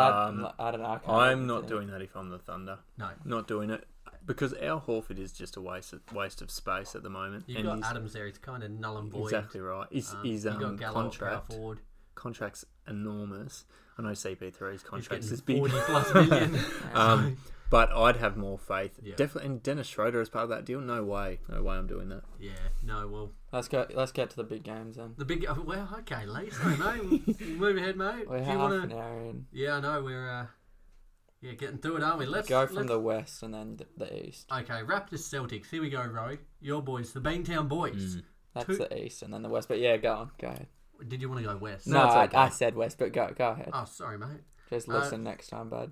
S4: I, I don't know. I can't
S5: I'm
S4: really
S5: not
S4: think.
S5: doing that if I'm the Thunder.
S3: No,
S5: Not doing it because our Horford is just a waste of, waste of space at the moment.
S3: you've got
S5: he's-
S3: Adams there. It's kind of null and void.
S5: exactly right. He's,
S3: Um,
S5: he's
S3: you've got
S5: um,
S3: Gallo at power
S5: contract
S3: forward.
S5: contract's enormous. I know CP3's
S3: He's
S5: contract
S3: getting
S5: is big,
S3: 40 plus million.
S5: um, but I'd have more faith.
S3: Yeah.
S5: Definitely, and Dennis Schroeder as part of that deal. No way, no way, I'm doing that.
S3: yeah, no, well,
S4: Let's go. Let's get to the big games then.
S3: The big oh, well, okay, Lisa. I know. Move ahead, mate.
S4: We're
S3: Do you
S4: half
S3: want
S4: an
S3: to?
S4: hour in.
S3: Yeah, I know. We're uh, yeah, getting through it, aren't we? Let's
S4: Go from
S3: let's-
S4: the west and then the, the east.
S3: Okay, Raptors Celtics. Here we go, Roy. Your boys, the Beantown Boys.
S4: That's
S3: Two-
S4: the east and then the west. But yeah, go on. Go ahead.
S3: Did you want to go west?
S4: No,
S5: it's
S4: I,
S5: okay.
S4: I said west, but go go ahead.
S3: Oh, sorry, mate.
S4: Just listen next time, bud.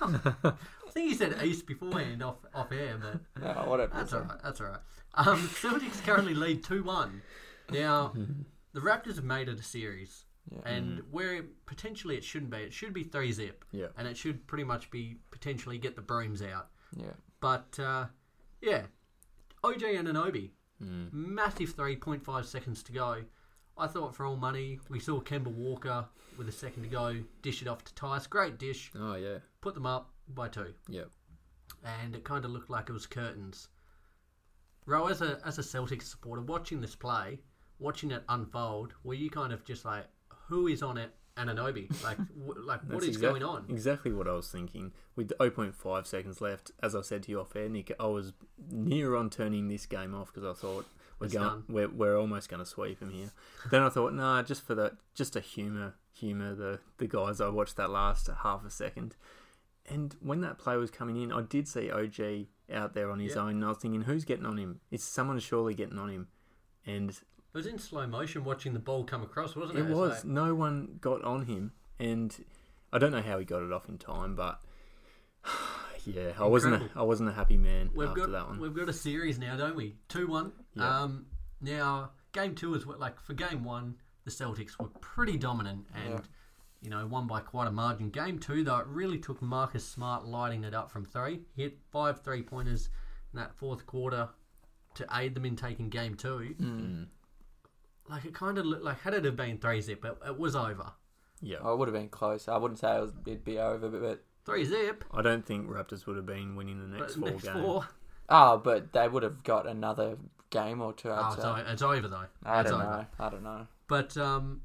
S3: I think you said east beforehand off off air, but
S4: No, whatever.
S3: that's all right. That's all right. Um, Celtics currently lead two one. Now, the Raptors have made it a series, and where potentially it shouldn't be, it should be three zip.
S5: Yeah.
S3: and it should pretty much be potentially get the brooms out.
S4: Yeah.
S3: But uh, yeah, OJ Ananobi, massive three, 0.5 seconds to go. I thought for all money, we saw Kemba Walker with a second to go, dish it off to Tice. Great dish,
S5: Oh yeah,
S3: put them up by two,
S5: yeah.
S3: and it kind of looked like it was curtains. Ro, as a as a Celtics supporter, watching this play, watching it unfold, were you kind of just like, who is on it? Ananobi, like, w- like what is
S5: exact-
S3: going on?
S5: Exactly what I was thinking. With 0.5 seconds left, as I said to you off air, Nick, I was near on turning this game off because I thought we're going,
S3: done.
S5: we're, we're almost going to sweep him here. then I thought, nah, just for the just to humour humour the the guys. I watched that last half a second, and when that play was coming in, I did see OG out there on his own, and I was thinking, who's getting on him? Is someone surely getting on him? And
S3: It was in slow motion watching the ball come across, wasn't it?
S5: it
S3: It's
S5: was.
S3: like-
S5: No one got on him, and I don't know how he got it off in time, but yeah, I wasn't. A,
S3: Incredible.
S5: I wasn't a happy man
S3: We've
S5: after
S3: got
S5: that one.
S3: we've got a series now, don't we? Two one.
S5: Yeah.
S3: Um, now game two is what like for game one, the Celtics were pretty dominant and you know won by quite a margin. Game two though, it really took Marcus Smart lighting it up from three. He hit five three pointers
S5: Mm.
S3: in that fourth quarter to aid them in taking game two. like it kind of looked like had it have been three zip, it, it was over.
S5: Yeah.
S4: Oh, it would have been close. I wouldn't say it was, it'd be over, but, but
S3: Three zip,
S5: I don't think Raptors would have been winning the
S3: but
S5: next four
S3: next
S5: games.
S3: four.
S4: oh, but they would have got another game or two. I'd
S3: Oh,
S4: say.
S3: it's, o- it's over though.
S4: I
S3: it's
S4: don't
S3: over.
S4: know. I don't know.
S3: But um,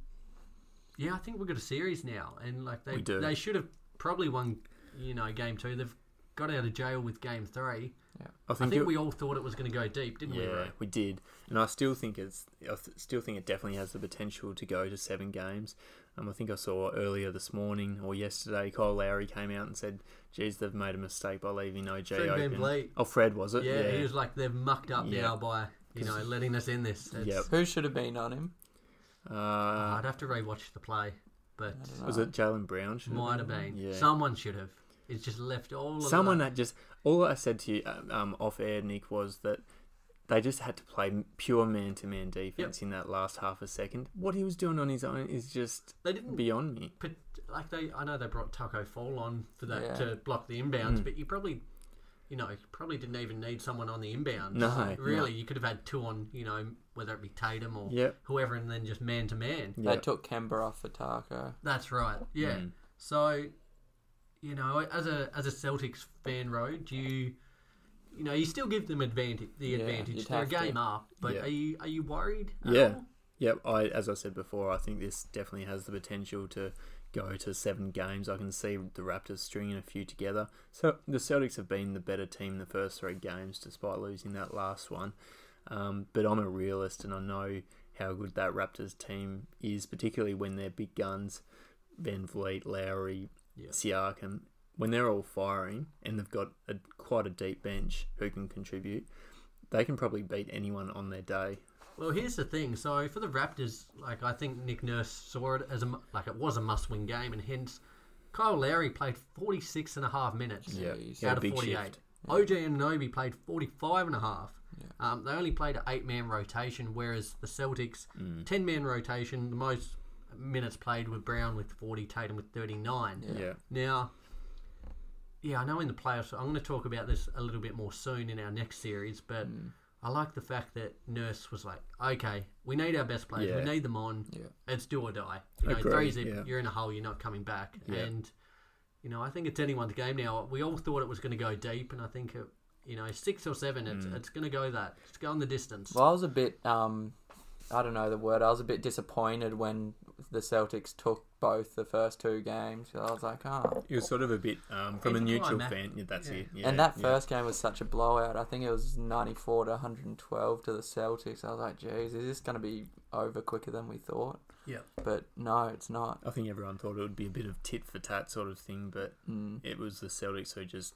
S3: yeah, I think we've got a series now, and like they
S5: We do.
S3: they should have probably won, you know, game two. They've got out of jail with game three.
S5: I
S3: I
S5: think,
S3: think
S5: it-
S3: we all thought it was going to go deep, didn't
S5: yeah,
S3: we? Ray?
S5: we did, and I still think it's. I th- still think it definitely has the potential to go to seven games. Um, I think I saw earlier this morning or yesterday, Kyle Lowry came out and said, "Geez, they've made a mistake by leaving OJ
S3: Fred
S5: open."
S3: VanVleet.
S5: Oh, Fred was it?
S3: Yeah, he was like they've mucked up
S5: Yeah.
S3: now by you know letting us in this. It's,
S5: Yep.
S4: Who should have been on him?
S5: Uh,
S3: I'd have to rewatch the play, but
S5: was it Jalen Brown? should have
S3: might have
S5: been?
S3: been
S5: Yeah.
S3: someone should have. It's just left all of
S5: Someone
S3: that.
S5: that just all I said to you um, um, off air, Nick, was that they just had to play pure man to man defense in that last half a second. What he was doing on his own is just
S3: They didn't-
S5: beyond me.
S3: But like they, I know they brought Taco Fall on for that
S4: Yeah.
S3: to block the inbounds,
S5: Hmm.
S3: but you probably, you know, you probably didn't even need someone on the inbounds.
S5: No,
S3: really,
S5: no.
S3: you could have had two on, you know, whether it be Tatum or
S5: Yep.
S3: whoever, and then just man to man.
S5: Yeah.
S4: They took Kemba off for Taco.
S3: That's right. Yeah.
S4: Mm.
S3: So, you know, as a as a Celtics fan, road, you, you know, you still give them advantage. The advantage.
S4: you'd
S3: They're a
S4: have to.
S3: game up, but
S5: Yeah.
S3: are you are you worried? at
S5: Yeah.
S3: all?
S5: Yep. I as I said before, I think this definitely has the potential to go to seven games. I can see the Raptors stringing a few together. So the Celtics have been the better team the first three games, despite losing that last one. Um, but I'm a realist, and I know how good that Raptors team is, particularly when their big guns, Van Vliet, Lowry, Siakam, when they're all firing, and they've got a, quite a deep bench who can contribute. They can probably beat anyone on their day.
S3: Well, here's the thing. So for the Raptors, like I think Nick Nurse saw it as a mu- like it was a must-win game, and hence Kyle Lowry played 46 and a half minutes
S5: Yeah,
S4: he's
S5: had a
S3: out of
S5: big
S3: 48.
S5: shift.
S3: OJ and Nobi played 45 and a half. Um, they only played an eight-man rotation, whereas the Celtics,
S5: Mm.
S3: 10-man rotation, the most minutes played with Brown with 40, Tatum with 39.
S5: Yeah.
S3: Now, yeah, I know in the playoffs, I'm going to talk about this a little bit more soon in our next series, but
S5: Mm.
S3: I like the fact that Nurse was like, okay, we need our best players,
S5: Yeah.
S3: we need them on,
S4: Yeah.
S3: it's do or die. You know,
S5: Agree,
S3: three zip,
S5: yeah.
S3: you're in a hole, you're not coming back.
S5: Yeah.
S3: And, you know, I think it's anyone's game now. We all thought it was going to go deep, and I think, it, you know, six or seven, it's,
S5: Mm.
S3: it's going to go that. It's going the distance.
S4: Well, I was a bit, um, I don't know the word. I was a bit disappointed when the Celtics took both the first two games. I was like, oh.
S5: It was sort of a bit um, from a
S3: It's
S5: neutral
S3: climax.
S5: fan. Yeah, that's it. Yeah,
S4: and that
S5: yeah.
S4: first game was such a blowout. I think it was 94 to 112 to the Celtics. I was like, geez, is this going to be over quicker than we thought?
S3: yeah.
S4: But no, it's not.
S5: I think everyone thought it would be a bit of tit for tat sort of thing, but
S4: Mm.
S5: it was the Celtics who just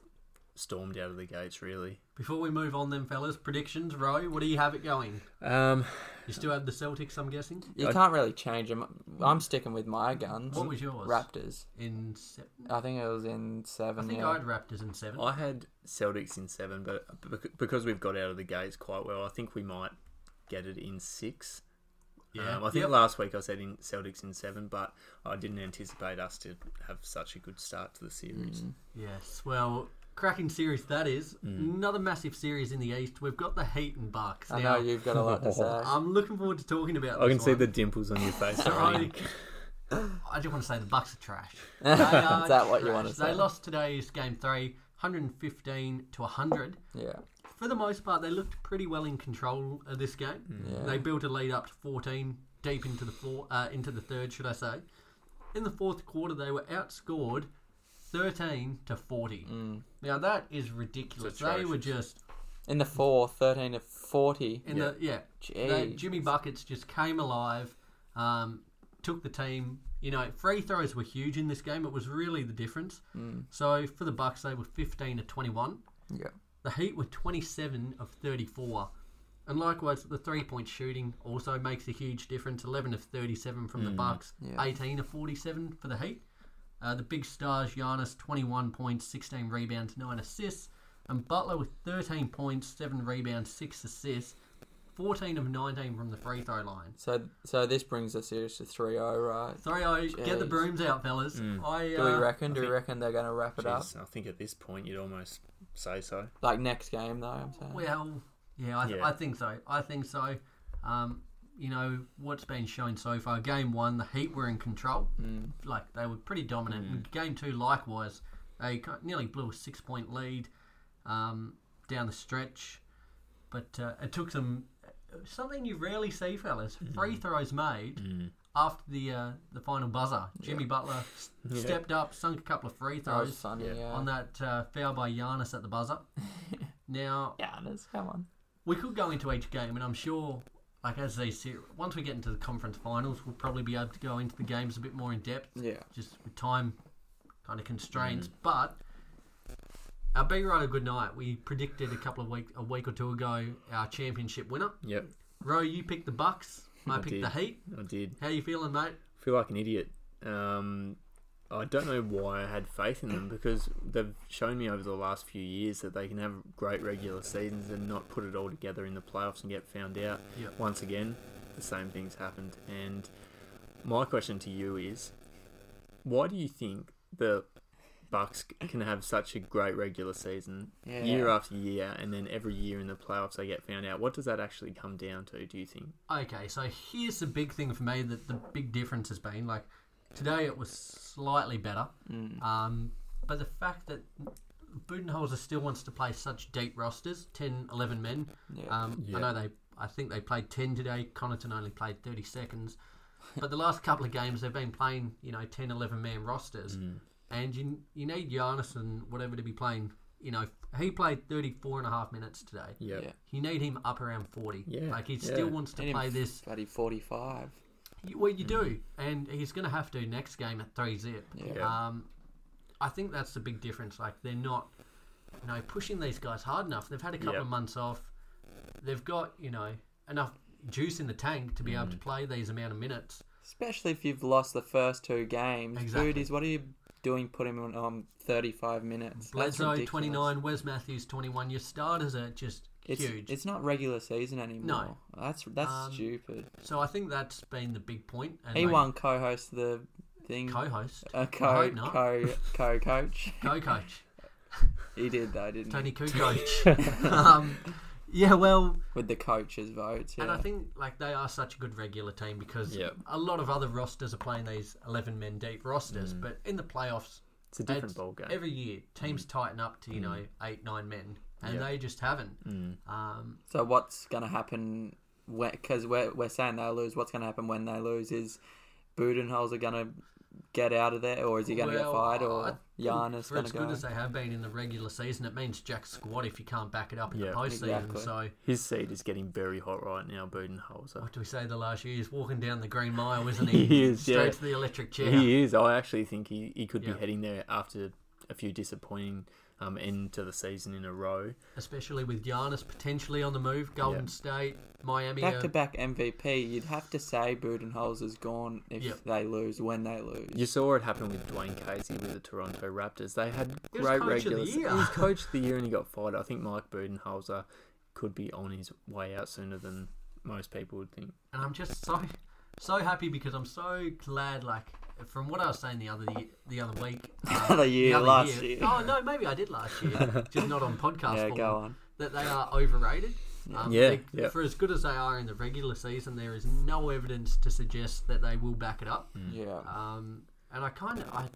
S5: stormed out of the gates. Really,
S3: Before we move on, then, fellas, predictions, Roy, what do you have it going?
S5: um,
S3: You still have the Celtics, I'm guessing?
S4: You can't really change them. I'm sticking with my guns.
S3: What was yours?
S4: Raptors.
S3: In Sep-
S4: I think it was in seven.
S3: I think
S4: yeah.
S3: I had Raptors in seven.
S5: I had Celtics in seven, but bec- because we've got out of the gates quite well, I think we might get it in six.
S3: Yeah.
S5: Um, I think
S3: Yep.
S5: last week I said in Celtics in seven, but I didn't anticipate us to have such a good start to the series.
S4: Mm.
S3: Yes. Well, cracking series that is. Another massive series in the East. We've got the Heat and Bucks.
S4: I
S3: now,
S4: know you've got a lot to say.
S3: I'm looking forward to talking about.
S5: I can
S3: this
S5: see
S3: one.
S5: the dimples on your face.
S3: I,
S5: already.
S3: I just want to say the Bucks are trash. They are
S4: Is that what you
S3: trash.
S4: wanna
S3: They
S4: say?
S3: lost today's game three, 115 to 100.
S4: Yeah.
S3: For the most part, they looked pretty well in control of this game.
S4: Yeah.
S3: They built a lead up to 14 deep into the four, uh, into the third, should I say? In the fourth quarter, they were outscored 13 to 40.
S4: Mm.
S3: Now that is ridiculous. They were just
S4: In the four, 13 to 40.
S3: in the yeah. They,
S4: Jeez.
S3: Jimmy buckets just came alive, um, took the team. You know, free throws were huge in this game. It was really the difference.
S4: Mm.
S3: So for the Bucks, they were 15 to 21.
S4: Yeah.
S3: The Heat were 27 of 34. And likewise, the three point shooting also makes a huge difference 11 of 37 from the Bucks,
S4: Mm, Yeah.
S3: 18 of 47 for the Heat. Uh, the big stars, Giannis, 21 points, 16 rebounds, 9 assists. And Butler with 13 points, 7 rebounds, 6 assists, 14 of 19 from the free throw line.
S4: So so this brings the series to 3 0, right?
S3: Sorry, I get the
S4: Jeez. Mm.
S3: brooms out, fellas. I,
S4: Do we
S3: uh,
S4: reckon? Do we reckon they're going to wrap it up?
S5: Jeez, I think at this point you'd almost say so.
S4: Like next game, though, I'm saying.
S3: Well, yeah, I, th-
S5: Yeah.
S3: I think so. I think so. Um, you know what's been shown so far. Game one, the Heat were in control.
S4: Mm.
S3: Like they were pretty dominant. And game two, likewise, they ki- nearly blew a six-point lead um, down the stretch, but uh, it took them something you rarely see, fellas.
S4: Mm.
S3: Free throws made after the uh, the final buzzer. Jimmy Butler s- stepped up, sunk a couple of free
S4: That
S3: throws
S4: was funny, yeah.
S3: on that uh, foul by Giannis at the buzzer. now
S4: Yeah, that's- come on.
S3: we could go into each game, and I'm sure, like as they see, once we get into the conference finals, we'll probably be able to go into the games a bit more in depth.
S4: Yeah.
S3: just with time kind of constraints. But our B Rider good night. We predicted a couple of week a week or two ago our championship winner.
S5: Yep,
S3: Ro, you picked the Bucks. I, picked
S5: did.
S3: the Heat.
S5: I did.
S3: How you feeling, mate?
S5: feel like an idiot. Um, I don't know why I had faith in them because they've shown me over the last few years that they can have great regular seasons and not put it all together in the playoffs and get found out.
S3: Yeah.
S5: Once again, the same things happened. And my question to you is, why do you think the Bucks can have such a great regular season
S4: Yeah.
S5: year after year, and then every year in the playoffs they get found out? What does that actually come down to? Do you think?
S3: Okay, so here's the big thing for me that the big difference has been like today it was slightly better, um, but the fact that Budenholzer still wants to play such deep rosters 10, 11 men. Um, I know they. I think they played ten today. Connaughton only played thirty seconds, but the last couple of games they've been playing you know 10, 11 man rosters, and you you need Giannis and whatever to be playing. You know he played 34 and a half minutes today.
S5: Yeah.
S4: Yeah.
S3: You need him up around 40.
S5: Yeah,
S3: Like, he
S5: yeah.
S3: still wants to
S4: And him Mm.
S3: play this.
S4: Bloody 45.
S3: You- Well, you do. And he's going to have to next game at 3 zip.
S5: Yeah.
S3: Um, I think that's the big difference. Like, they're not, you know, pushing these guys hard enough. They've had a couple
S5: Yeah.
S3: of months off. They've got, you know, enough juice in the tank to be
S4: Mm.
S3: able to play these amount of minutes.
S4: Especially if you've lost the first two games.
S3: Exactly.
S4: Booties, what are you doing putting him on um, 35 minutes? That's
S3: Bledsoe,
S4: ridiculous.
S3: 29. Wes Matthews, 21. Your starters are just
S4: It's,
S3: huge. Um,
S4: It's not regular season anymore. That's that's stupid.
S3: so I think that's been the big point. And
S4: He
S3: like,
S4: won co-host the thing.
S3: Co-host.
S4: uh,
S3: I
S4: co
S3: hope not.
S4: co co coach.
S3: Co-coach.
S4: He did though, didn't
S3: Tony
S4: he?
S3: Kukoc. um, yeah, well,
S4: With the coaches' votes. Yeah.
S3: and I think like they are such a good regular team because
S5: Yep.
S3: a lot of other rosters are playing these eleven men deep
S5: Mm.
S3: rosters, but in the playoffs,
S5: It's a different ball game.
S3: Every year,
S5: Mm.
S3: teams tighten up to you know eight nine men, and they just haven't.
S5: Mm.
S3: Um,
S4: So what's going to happen? Because we're we're saying they'll lose. What's going to happen when they lose? Is Budenholzer going to get out of there, or is he going to
S3: well,
S4: get fired,
S3: I
S4: or
S3: think
S4: Giannis
S3: for
S4: going
S3: as
S4: to
S3: good
S4: go?
S3: as they have been in the regular season, it means jack squat if you can't back it up in
S5: Yeah.
S3: the postseason.
S4: Exactly.
S3: So.
S5: His seat is getting very hot right now, Budenholzer.
S3: What do we say the last year? He's walking down the Green Mile, isn't he?
S5: He is,
S3: Straight
S5: yeah.
S3: to the electric chair.
S5: He is. I actually think he, he could
S3: Yeah.
S5: be heading there after a few disappointing um, end to the season in a row.
S3: Especially with Giannis potentially on the move, Golden
S5: Yeah.
S3: State, Miami. are-
S4: Back to back MVP, you'd have to say Budenholzer's gone if
S3: Yep.
S4: they lose when they lose.
S5: You saw it happen with Dwayne Casey with the Toronto Raptors. They had
S3: He was
S5: great
S3: coach of the
S5: regulars. He
S3: year.
S5: was coach of the year and he got fired. I think Mike Budenholzer could be on his way out sooner than most people would think.
S3: and I'm just so so happy because I'm so glad. Like from what I was saying the other ye- the other week, uh,
S4: Another year,
S3: the other
S4: last year.
S3: Oh no, maybe I did last year, just not on podcast.
S4: Yeah,
S3: form,
S4: go on.
S3: That they are overrated. Um,
S5: Yeah,
S3: they-
S5: yeah.
S3: For as good as they are in the regular season, there is no evidence to suggest that they will back it
S5: Hmm.
S3: up.
S4: Yeah.
S3: Um, and I kind of I,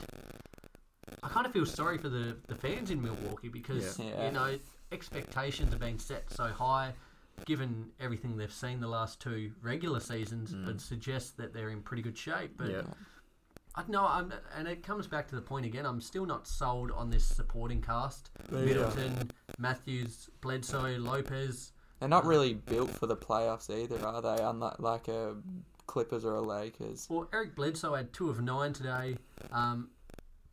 S3: I kind of feel sorry for the the fans in Milwaukee because
S4: Yeah. Yeah.
S3: you know expectations have been set so high, given everything they've seen the last two regular seasons, would suggest that they're in pretty good shape. But
S5: Yeah.
S3: I know I'm, and it comes back to the point again. I'm still not sold on this supporting cast: Middleton, Matthews, Bledsoe, Lopez.
S4: They're not really built for the playoffs either, are they? Unlike like a Clippers or a Lakers.
S3: Well, Eric Bledsoe had two of nine today, um,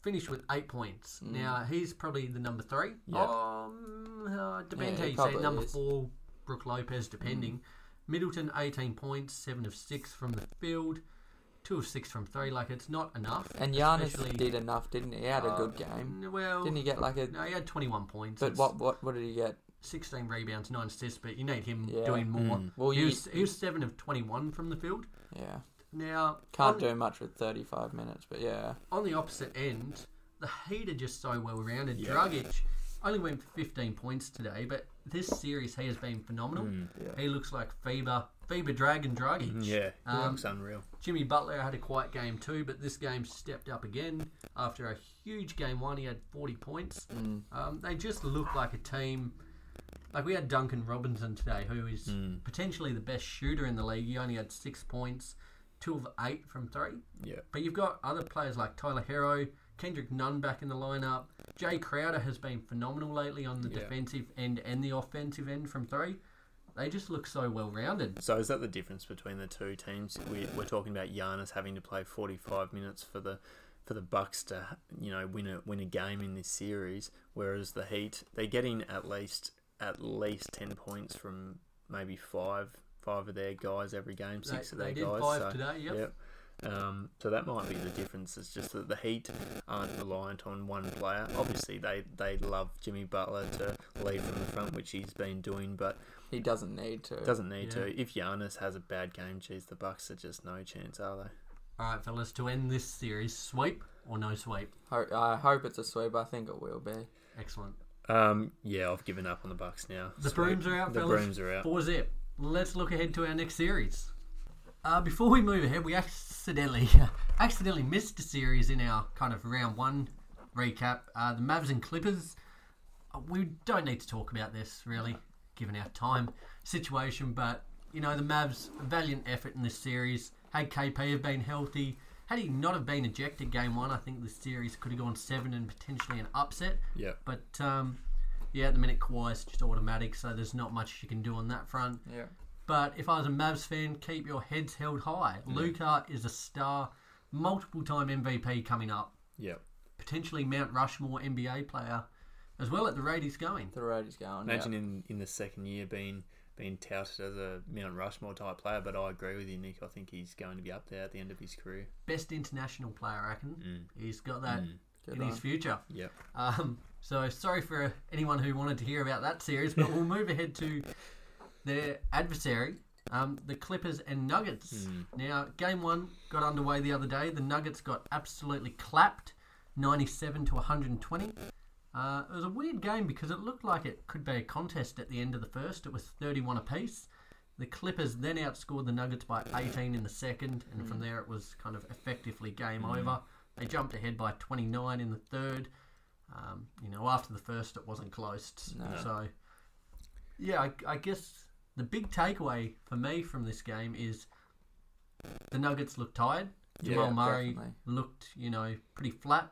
S3: finished with eight points.
S4: Hmm.
S3: Now he's probably the number three. Um, uh, depends
S4: Yeah,
S3: how you
S4: he
S3: say
S4: probably
S3: it. Number
S4: is. Hmm.
S3: four, Brooke Lopez, depending. Middleton, eighteen points, seven of six from the field, two of six from three. Like it's not enough.
S4: And Giannis
S3: especially-
S4: did enough, didn't he? He had a good game.
S3: Well,
S4: Didn't he get like a?
S3: No, he had twenty-one points.
S4: But
S3: It's
S4: what what what did he get?
S3: 16 rebounds, 9 assists, but you need him
S4: Yeah. Hmm.
S3: doing more.
S4: Well,
S3: he,
S4: you-
S3: was, he was 7 of 21 from the field.
S4: Yeah,
S3: Now,
S4: can't
S3: on,
S4: do much with thirty five minutes. But yeah,
S3: on the opposite end, the Heat are just so well rounded. Dragic only went for 15 points today, but this series he has been phenomenal. He looks like Fever, Fever Dragon Draghi.
S5: Mm, Yeah,
S3: Um,
S5: looks unreal.
S3: Jimmy Butler had a quiet game too, but this game stepped up again after a huge game one. He had 40 points. Um, they just look like a team. Like we had Duncan Robinson today, who is potentially the best shooter in the league. He only had six points, two of eight from three.
S5: Yeah.
S3: But you've got other players like Tyler Hero, Kendrick Nunn back in the lineup. Jay Crowder has been phenomenal lately on the defensive end and the offensive end from three. They just look so well rounded.
S5: So is that the difference between the two teams? We, we're talking about Giannis having to play 45 minutes for the for the Bucks to you know win a win a game in this series, whereas the Heat they're getting at least at least 10 points from maybe five five of their guys every game, six of
S3: they
S5: their
S3: did
S5: guys.
S3: five
S5: so,
S3: today, yep.
S5: Um, so that might be the difference. It's just that the Heat aren't reliant on one player. Obviously, they they love Jimmy Butler to lead from the front, which he's been doing, but
S4: He doesn't need to.
S5: doesn't need
S3: Yeah.
S5: to. If Giannis has a bad game, geez, the Bucks are just no chance, are they?
S3: All right, fellas, to end this series, sweep or no sweep?
S4: Ho- I hope it's a sweep. I think it will be.
S3: Excellent.
S5: Um, yeah, I've given up on the Bucks now.
S3: The brooms are out,
S5: The
S3: fellas.
S5: brooms are out.
S3: Four zip. Let's look ahead to our next series. Uh, before we move ahead, we accidentally accidentally missed a series in our kind of round one recap. Uh, the Mavs and Clippers. Uh, We don't need to talk about this really, given our time situation. But you know, the Mavs a valiant effort in this series. Had KP have been healthy, had he not have been ejected game one, I think this series could have gone seven and potentially an upset.
S5: Yeah.
S3: But um, yeah, at the minute Kawhi's just automatic, so there's not much you can do on that front.
S4: Yeah.
S3: But if I was a Mavs fan, keep your heads held high. Luca is a star, multiple time MVP coming up,
S5: Yep.
S3: potentially Mount Rushmore NBA player as well at the rate he's going.
S4: The road is going.
S5: Imagine
S4: yeah.
S5: in, in the second year being being touted as a Mount Rushmore type player, but I agree with you, Nick. I think he's going to be up there at the end of his career.
S3: Best international player, I reckon. He's got that in
S4: on.
S3: his future.
S5: Yep.
S3: Um, so sorry for anyone who wanted to hear about that series, but we'll move ahead to their adversary, um, the Clippers and Nuggets. Now, game one got underway the other day. The Nuggets got absolutely clapped, ninety-seven to one hundred and twenty. Uh, it was a weird game because it looked like it could be a contest at the end of the first. It was thirty-one apiece. The Clippers then outscored the Nuggets by 18 in the second, and from there it was kind of effectively game over. They jumped ahead by 29 in the third. Um, you know, after the first, it wasn't close. So, yeah, I, I guess the big takeaway for me from this game is the Nuggets looked tired. Jamal Murray
S4: definitely.
S3: looked, you know, pretty flat.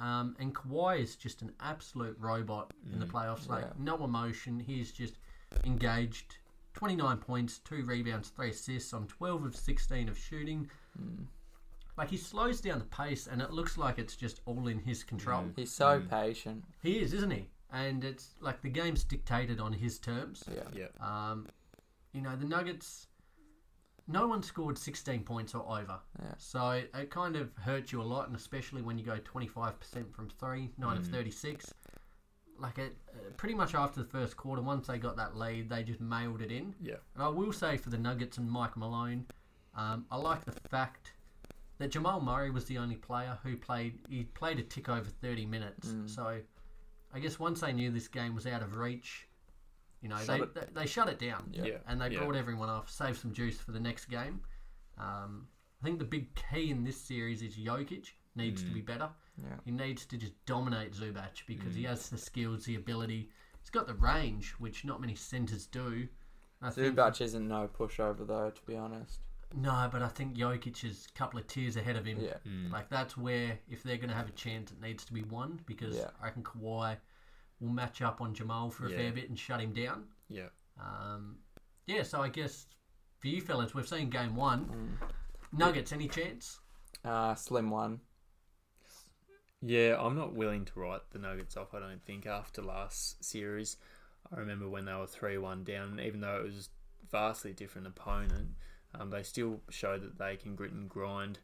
S3: Um, and Kawhi is just an absolute robot in the playoffs. Like,
S4: Mm. Yeah.
S3: no emotion. He's just engaged. 29 points, 2 rebounds, 3 assists on 12 of 16 of shooting.
S4: Mm.
S3: Like, he slows down the pace, and it looks like it's just all in his control.
S4: He's so
S5: Mm.
S4: patient.
S3: He is, isn't he? And it's like the game's dictated on his terms.
S4: Yeah.
S5: Yep.
S3: Um, you know, the Nuggets, no one scored 16 points or over.
S4: Yeah.
S3: So it kind of hurts you a lot, and especially when you go 25% from three, 9 of 36. Like, it, uh, pretty much after the first quarter, once they got that lead, they just mailed it in.
S5: Yep.
S3: And I will say for the Nuggets and Mike Malone, um, I like the fact that Jamal Murray was the only player who played. He played a tick over thirty minutes. So, I guess once they knew this game was out of reach, you know, they,
S4: it-
S3: they they shut it down.
S5: Yeah.
S3: And they
S5: Yeah.
S3: brought everyone off, saved some juice for the next game. Um, I think the big key in this series is Jokic needs to be better.
S4: Yeah.
S3: He needs to just dominate Zubac because he has the skills, the ability. He's got the range, which not many centers do. And I think-
S4: Zubac isn't no pushover though, to be honest.
S3: no, but I think Jokic is a couple of tiers ahead
S5: Mm.
S3: of him.
S4: Yeah.
S3: Like that's where if they're going to have a chance, it needs to be won because
S4: Yeah.
S3: I reckon Kawhi will match up on Jamal for a
S5: Yeah.
S3: fair bit and shut him down.
S5: Yep.
S3: Um, yeah, so I guess for you fellas, we've seen game one.
S4: Mm.
S3: Nuggets, any chance?
S4: Uh, slim one.
S5: Yeah, I'm not willing to write the Nuggets off. I don't think after last series, I remember when they were three one down, and even though it was vastly different opponent, um, they still showed that they can grit and grind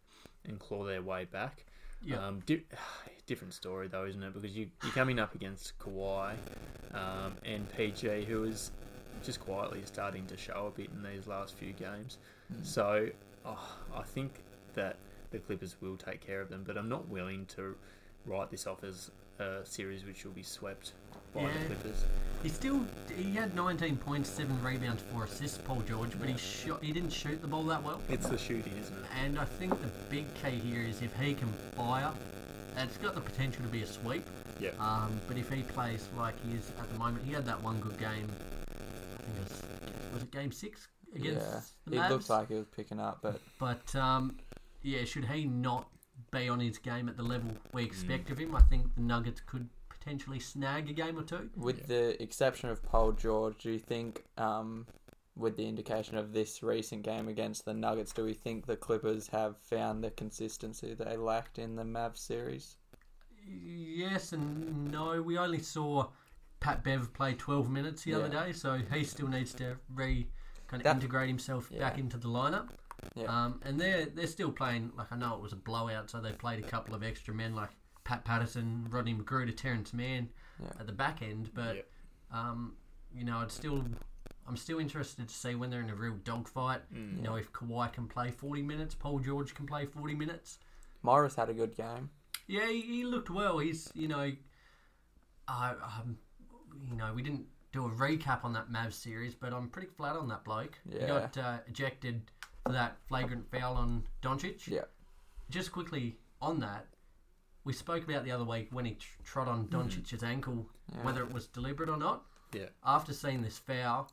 S5: and claw their way back.
S3: Yeah.
S5: Um, di- different story though, isn't it? Because you you're coming up against Kawhi um, and PG, who is just quietly starting to show a bit in these last few games.
S3: Hmm.
S5: So oh, I think that the Clippers will take care of them, but I'm not willing to write this off as a series which will be swept. by
S3: Yeah.
S5: the Clippers.
S3: He still he had 19 points, seven rebounds, four assists. Paul George, but he shot he didn't shoot the ball that well.
S5: It's the shooting, isn't it?
S3: And I think the big key here is if he can fire, it's got the potential to be a sweep.
S5: Yeah.
S3: Um, but if he plays like he is at the moment, he had that one good game. I think it was, was it game six against
S4: Yeah,
S3: the
S4: he
S3: Mavs.
S4: looked like he was picking up, but
S3: But um, yeah, should he not be on his game at the level we expect of him, I think the Nuggets could potentially snag a game or two.
S4: with the exception of Paul George, do you think, um, with the indication of this recent game against the Nuggets, do we think the Clippers have found the consistency they lacked in the Mavs series?
S3: Yes and no. We only saw Pat Bev play 12 minutes the other
S4: Yeah.
S3: day, so he still needs to re kind of
S4: That-
S3: integrate himself back
S4: Yeah.
S3: into the lineup.
S4: Yeah.
S3: Um, and they're they're still playing like I know it was a blowout, so they played a couple of extra men like Pat Patterson, Rodney Magruder, Terrence Mann
S4: Yeah.
S3: at the back end, but
S5: Yeah.
S3: um, you know, I'd still I'm still interested to see when they're in a real dogfight. You know, if Kawhi can play 40 minutes, Paul George can play 40 minutes.
S4: Morris had a good game.
S3: Yeah, he, he looked well. He's you know, I um, you know we didn't do a recap on that Mavs series, but I'm pretty flat on that bloke. He
S4: Yeah.
S3: got uh, ejected for that flagrant foul on Doncic.
S4: Yeah.
S3: Just quickly on that, we spoke about the other week when he tr- trod on
S4: Mm-hmm.
S3: Doncic's ankle, whether it was deliberate or not.
S5: Yeah.
S3: After seeing this foul,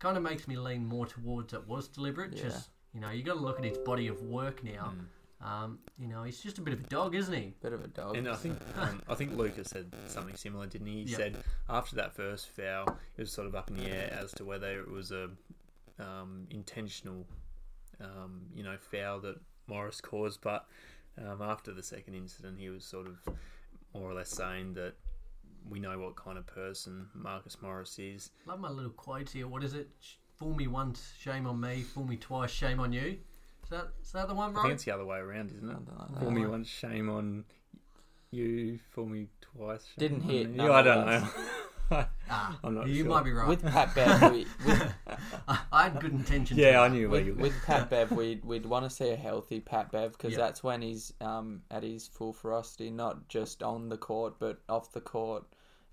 S3: kind of makes me lean more towards it was deliberate.
S4: Yeah. Mm.
S3: Just you know, you got to look at his body of work now. Um, you know, he's just a bit of a dog, isn't he?
S4: Bit of a dog.
S5: And I think um, I think Lucas said something similar, didn't he? He
S3: Yeah.
S5: said after that first foul, it was sort of up in the air as to whether it was a um, intentional, um, you know, foul that Morris caused. But um, after the second incident, he was sort of more or less saying that we know what kind of person Marcus Morris is.
S3: Love my little quotes here. What is it? Sh- Fool me once, shame on me. Fool me twice, shame on you. Is that is that the one,
S5: I
S3: right?
S5: think it's the other way around, isn't it? Fool me once, shame on you. Fool me twice. shame
S4: Didn't
S5: on
S4: hit,
S5: me.
S4: none
S5: I
S4: of Ah,
S5: don't know.
S4: us.
S5: I'm not
S3: you
S5: sure.
S3: might be right.
S4: With Pat Bev, we, with,
S3: I had good intentions.
S5: Yeah, I knew where you
S4: with,
S5: were.
S4: with Pat Bev, we'd we'd want to see a healthy Pat Bev because
S3: Yeah.
S4: that's when he's um at his full ferocity, not just on the court but off the court.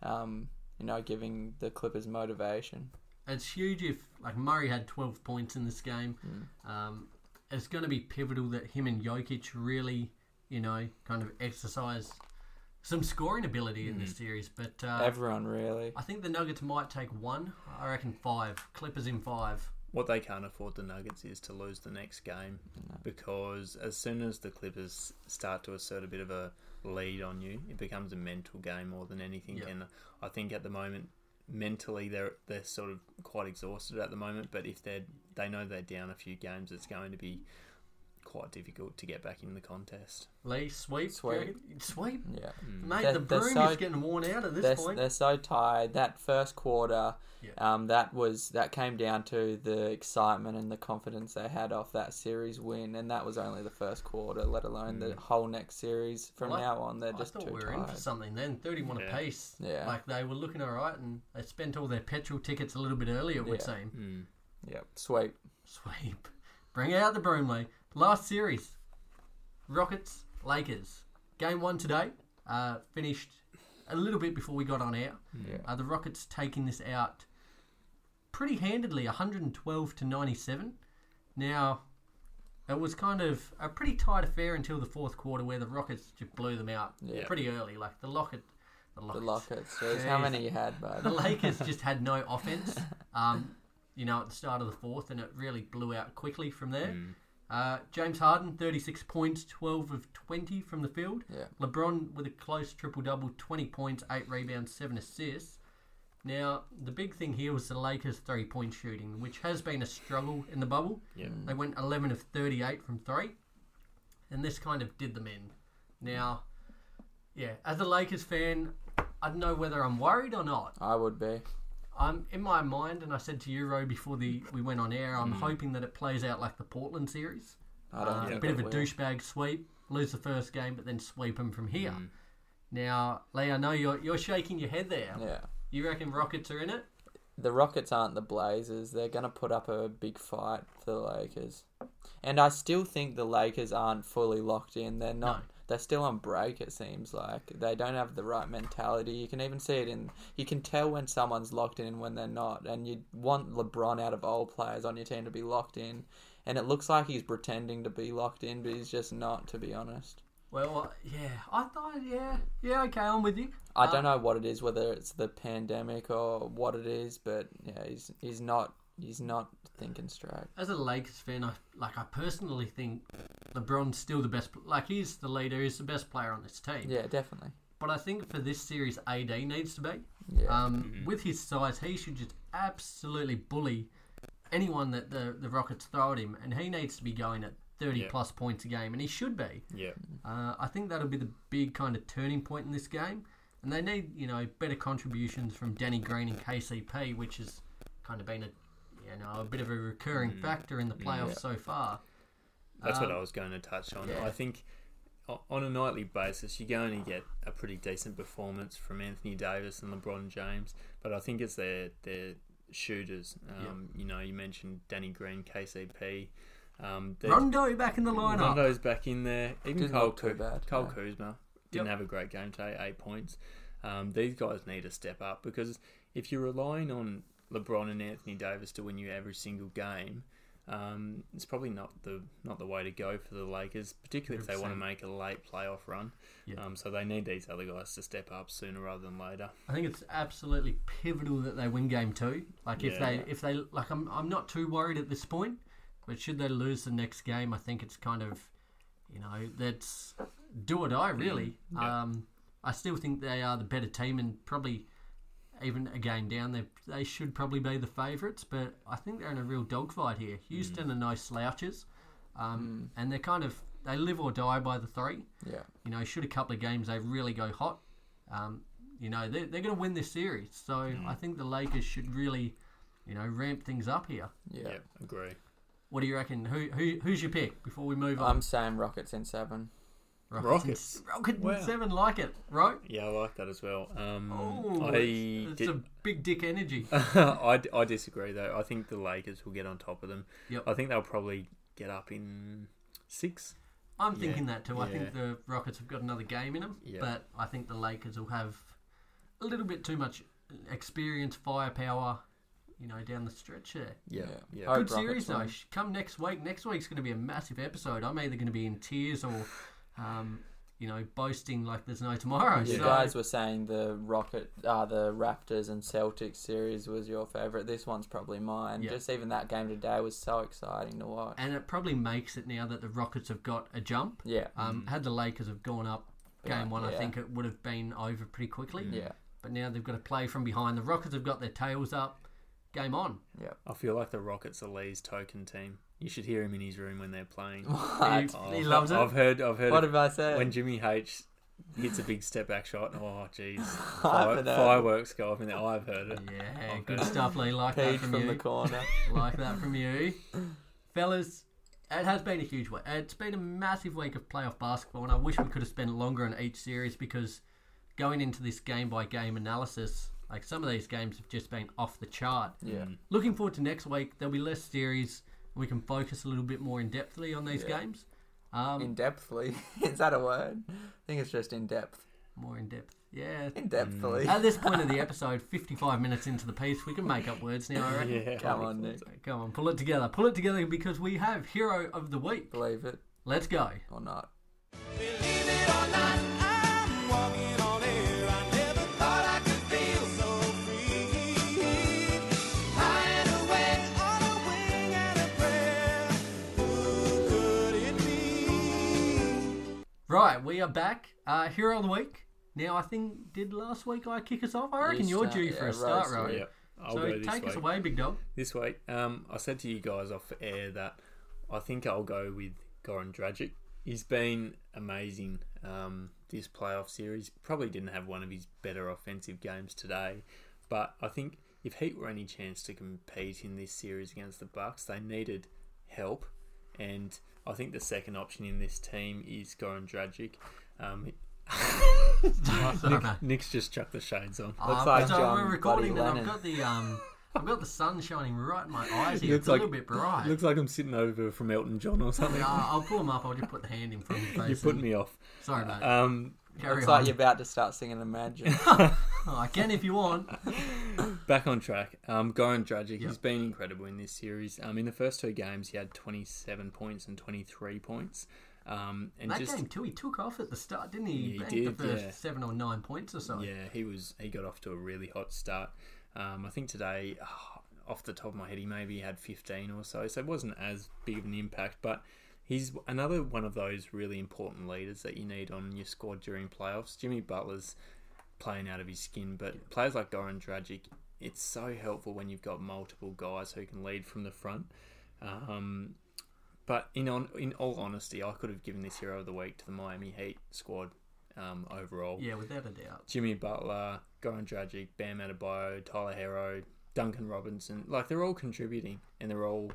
S4: Um, you know, giving the Clippers motivation.
S3: It's huge if like Murray had 12 points in this game.
S5: Hmm.
S3: Um, it's going to be pivotal that him and Jokic really, you know, kind of exercise some scoring ability in
S5: Hmm.
S3: this series. But uh,
S4: Everyone really.
S3: I think the Nuggets might take one. I reckon five. Clippers in five.
S5: what they can't afford the Nuggets is to lose the next game because as soon as the Clippers start to assert a bit of a lead on you, it becomes a mental game more than anything.
S3: Yeah.
S5: And I think at the moment, mentally they're they're sort of quite exhausted at the moment. But if they are they know they're down a few games, it's going to be quite difficult to get back in the contest.
S3: Lee, sweep, do you
S4: Sweep.
S3: reckon? sweep.
S4: Yeah.
S3: Mate,
S4: They're-
S3: the
S4: they're
S3: broom
S4: so-
S3: is getting worn out at this
S4: They're,
S3: point.
S4: they're so tired. That first quarter,
S3: Yeah.
S4: um, that was that came down to the excitement and the confidence they had off that series win, and that was only the first quarter. Let alone the whole next series. From
S3: Mm. Well, I-
S4: now on, they're
S3: I
S4: just
S3: thought
S4: too
S3: we were in for
S4: tired.
S3: something then, 31
S5: Yeah.
S3: apiece.
S4: Yeah.
S3: Like they were looking all right and they spent all their petrol tickets a little bit earlier, it would
S4: Yeah.
S3: seem.
S4: Yep. Sweet.
S3: Sweep. Bring out the Broomley. Last series Rockets, Lakers. Game one today. Uh, finished a little bit before we got on air.
S4: Yeah.
S3: Uh, the Rockets taking this out pretty handedly, 112 to 97. Now, it was kind of a pretty tight affair until the fourth quarter, where the Rockets just blew them out
S4: Yeah.
S3: pretty early. Like the Lockett, the
S4: The
S3: Lockets,
S4: lockets. Jeez, how
S3: Jeez.
S4: many you had,
S3: the
S4: bud?
S3: Lakers just had no offense. Um, you know, at the start of the fourth, and it really blew out quickly from there. Uh, James Harden, 36 points, 12 of 20 from the field.
S4: Yeah.
S3: LeBron with a close triple double, 20 points, 8 rebounds, 7 assists. Now, the big thing here was the Lakers' three point shooting, which has been a struggle in the bubble.
S5: Yeah.
S3: They went 11 of 38 from three, and this kind of did them in. Now, yeah, as a Lakers fan, I don't know whether I'm worried or not.
S4: I would be.
S3: I'm in my mind, and I said to you, Ro, before the we went on air, I'm hoping that it plays out like the Portland series.
S4: I don't
S3: Uh,
S4: think
S3: a bit
S4: it
S3: of a
S4: will.
S3: douchebag sweep, lose the first game, but then sweep them from here. Now, Lee, I know you're you're shaking your head there.
S4: Yeah.
S3: You reckon Rockets are in it?
S4: the Rockets aren't the Blazers. They're going to put up a big fight for the Lakers. And I still think the Lakers aren't fully locked in. They're not they're still on break. It seems like they don't have the right mentality. You can even see it in you can tell when someone's locked in and when they're not. And you want LeBron out of all players on your team to be locked in, and it looks like he's pretending to be locked in, but he's just not. To be honest.
S3: Well, uh, yeah, I thought, yeah, yeah, okay, I'm with you.
S4: I don't know what it is, whether it's the pandemic or what it is, but yeah, he's he's not he's not thinking straight.
S3: As a Lakers fan, I like, I personally think LeBron's still the best. Like, he's the leader, he's the best player on this team.
S4: Yeah, definitely.
S3: But I think for this series, AD needs to be.
S4: Yeah.
S3: Um, With his size, he should just absolutely bully anyone that the, the Rockets throw at him, and he needs to be going at 30
S5: Yeah.
S3: plus points a game, and he should be.
S5: Yeah.
S3: Uh, I think that'll be the big kind of turning point in this game. And they need, you know, better contributions from Danny Green and KCP, which has kind of been a, you know, a bit of a recurring factor in the playoffs so far.
S5: That's what I was going to touch on.
S3: yeah.
S5: I think o- on a nightly basis, you're going to get a pretty decent performance from Anthony Davis and LeBron James, but I think it's their their shooters. Um, You know, you mentioned Danny Green, KCP. Um, there's-
S3: Rondo back in the lineup.
S5: Rondo's back in there. Even
S4: Didn't
S5: Cole,
S4: look too
S5: Ku-
S4: bad,
S5: Cole
S4: no.
S5: Kuzma didn't
S3: Yep.
S5: have a great game today, eight points. Um, these guys need to step up because if you're relying on LeBron and Anthony Davis to win you every single game, um, it's probably not the not the way to go for the Lakers, particularly if they want to
S3: 100%.
S5: make a late playoff run.
S3: Yeah.
S5: Um, so they need these other guys to step up sooner rather than later.
S3: I think it's absolutely pivotal that they win game two. Like if
S5: Yeah.
S3: they if they like I'm I'm not too worried at this point, but should they lose the next game, I think it's kind of you know, that's do or die really.
S5: Mm, Yeah.
S3: Um I still think they are the better team and probably even a game down they they should probably be the favourites, but I think they're in a real dogfight here.
S5: Mm.
S3: Houston are no slouches. Um, and they're kind of they live or die by the three.
S4: Yeah.
S3: You know, should a couple of games they really go hot, um, you know, they're, they're going to win this series. So
S5: Mm.
S3: I think the Lakers should really, you know, ramp things up here.
S4: Yeah.
S5: Yep, agree.
S3: What do you reckon? Who, who Who's your pick before we move on?
S4: I'm saying Rockets in seven.
S5: Rockets.
S3: and- Rockets and
S5: Wow.
S3: Seven like it, right?
S5: Yeah, I like that as well. Um,
S3: Oh,
S5: I
S3: it's, it's
S5: did-
S3: a big dick energy.
S5: I, I disagree though. I think the Lakers will get on top of them.
S3: Yep.
S5: I think they'll probably get up in six.
S3: I'm thinking that too. I
S5: yeah.
S3: think the Rockets have got another game in them,
S5: Yeah.
S3: but I think the Lakers will have a little bit too much experience, firepower, you know, down the stretch there.
S5: Yeah, yeah.
S4: Hope
S3: Good
S4: Rockets
S3: series though.
S4: win.
S3: Sh- Come next week. Next week's going to be a massive episode. I'm either going to be in tears or, um, you know, boasting like there's no tomorrow.
S4: You
S3: So
S4: guys were saying the Rocket, uh, the Raptors and Celtics series was your favorite. This one's probably mine.
S3: Yeah.
S4: Just even that game today was so exciting to watch.
S3: and it probably makes it now that the Rockets have got a jump.
S4: yeah,
S3: Um, had the Lakers have gone up game
S4: Right,
S3: one, I
S4: yeah.
S3: think it would have been over pretty quickly.
S4: yeah,
S3: But now they've got to play from behind. The Rockets have got their tails up. Game on.
S5: I feel like the Rockets are Lee's token team. You should hear him in his room when they're playing.
S3: He, he loves it.
S5: I've heard. I've heard.
S4: What
S5: it-
S4: have I said?
S5: When Jimmy H hits a big step back shot, oh jeez,
S4: I've
S5: Fire,
S4: heard it.
S5: fireworks go off in there. I've heard it.
S3: Yeah, good stuff, Lee. Like
S4: Page
S3: that from,
S4: from
S3: you.
S4: the corner.
S3: like that from you. Fellas, it has been a huge week. It's been a massive week of playoff basketball, and I wish we could have spent longer on each series because going into this game by game analysis, like some of these games have just been off the chart.
S4: yeah,
S3: Looking forward to next week. There'll be less series, and we can focus a little bit more in depthly on these
S4: Yeah.
S3: games. Um,
S4: in depthly. Is that a word? I think it's just in depth.
S3: more in depth. Yeah.
S4: In depthly.
S3: At this point of the episode, 55 minutes into the piece, we can make up words now, I reckon.
S5: Yeah.
S4: Come on, Nick.
S3: Come on, pull it together. Pull it together because we have Hero of the Week.
S4: Believe it
S3: Let's go.
S4: or not.
S6: Believe it or not, I'm walking on air. I never thought I could feel so free. High and away on a wing and a prayer. Who could it be?
S3: Right, we are back. Uh, Hero of the Week. Now, I think, did last week I kick us off? I reckon
S4: You
S3: you're
S4: start-
S3: due for
S4: yeah,
S3: a start,
S4: roast
S3: right?
S4: me.
S5: Yeah, I'll
S3: So
S5: go this
S3: take
S5: way.
S3: us away, big dog.
S5: This week, um, I said to you guys off air that I think I'll go with Goran Dragic. He's been amazing um, this playoff series. Probably didn't have one of his better offensive games today, but I think if Heat were any chance to compete in this series against the Bucks, they needed help, and I think the second option in this team is Goran Dragic. Um,
S3: Sorry, mate.
S5: Nick's just chucked the shades on.
S4: Looks
S3: Um,
S4: like
S3: so
S4: John
S3: we're recording
S4: Buddy
S3: and I've got
S4: Lennon.
S3: the um, I've got the sun shining right in my eyes here.
S5: Looks
S3: It's
S5: like-
S3: a little bit bright.
S5: Looks like I'm sitting over from Elton John or something.
S3: Nah, I'll pull them up. I'll just put the hand in front of the face.
S5: You're putting
S3: and-
S5: me off.
S3: Sorry, mate.
S5: Um,
S3: Carry
S4: It's
S3: on.
S4: like you're about to start singing Imagine.
S3: Oh, I can if you want.
S5: back on track. Um, Goran
S3: Yep.
S5: Dragic, he's been incredible in this series. Um, in the first two games, he had 27 points and 23 points. Um, and
S3: That
S5: just
S3: game too, he took off at the start, didn't
S5: Yeah,
S3: he?
S5: he
S3: banked
S5: did,
S3: the first
S5: yeah.
S3: seven or nine points or so.
S5: yeah, he was he got off to a really hot start. Um, I think today, ah, off the top of my head, he maybe had 15 or so, so it wasn't as big of an impact, but. He's another one of those really important leaders that you need on your squad during playoffs. Jimmy Butler's playing out of his skin. But players like Goran Dragic, it's so helpful when you've got multiple guys who can lead from the front. Um, but in on, in all honesty, I could have given this hero of the week to the Miami Heat squad um, overall.
S3: Yeah, without a doubt.
S5: Jimmy Butler, Goran Dragic, Bam Adebayo, Tyler Hero, Duncan Robinson, like they're all contributing and they're all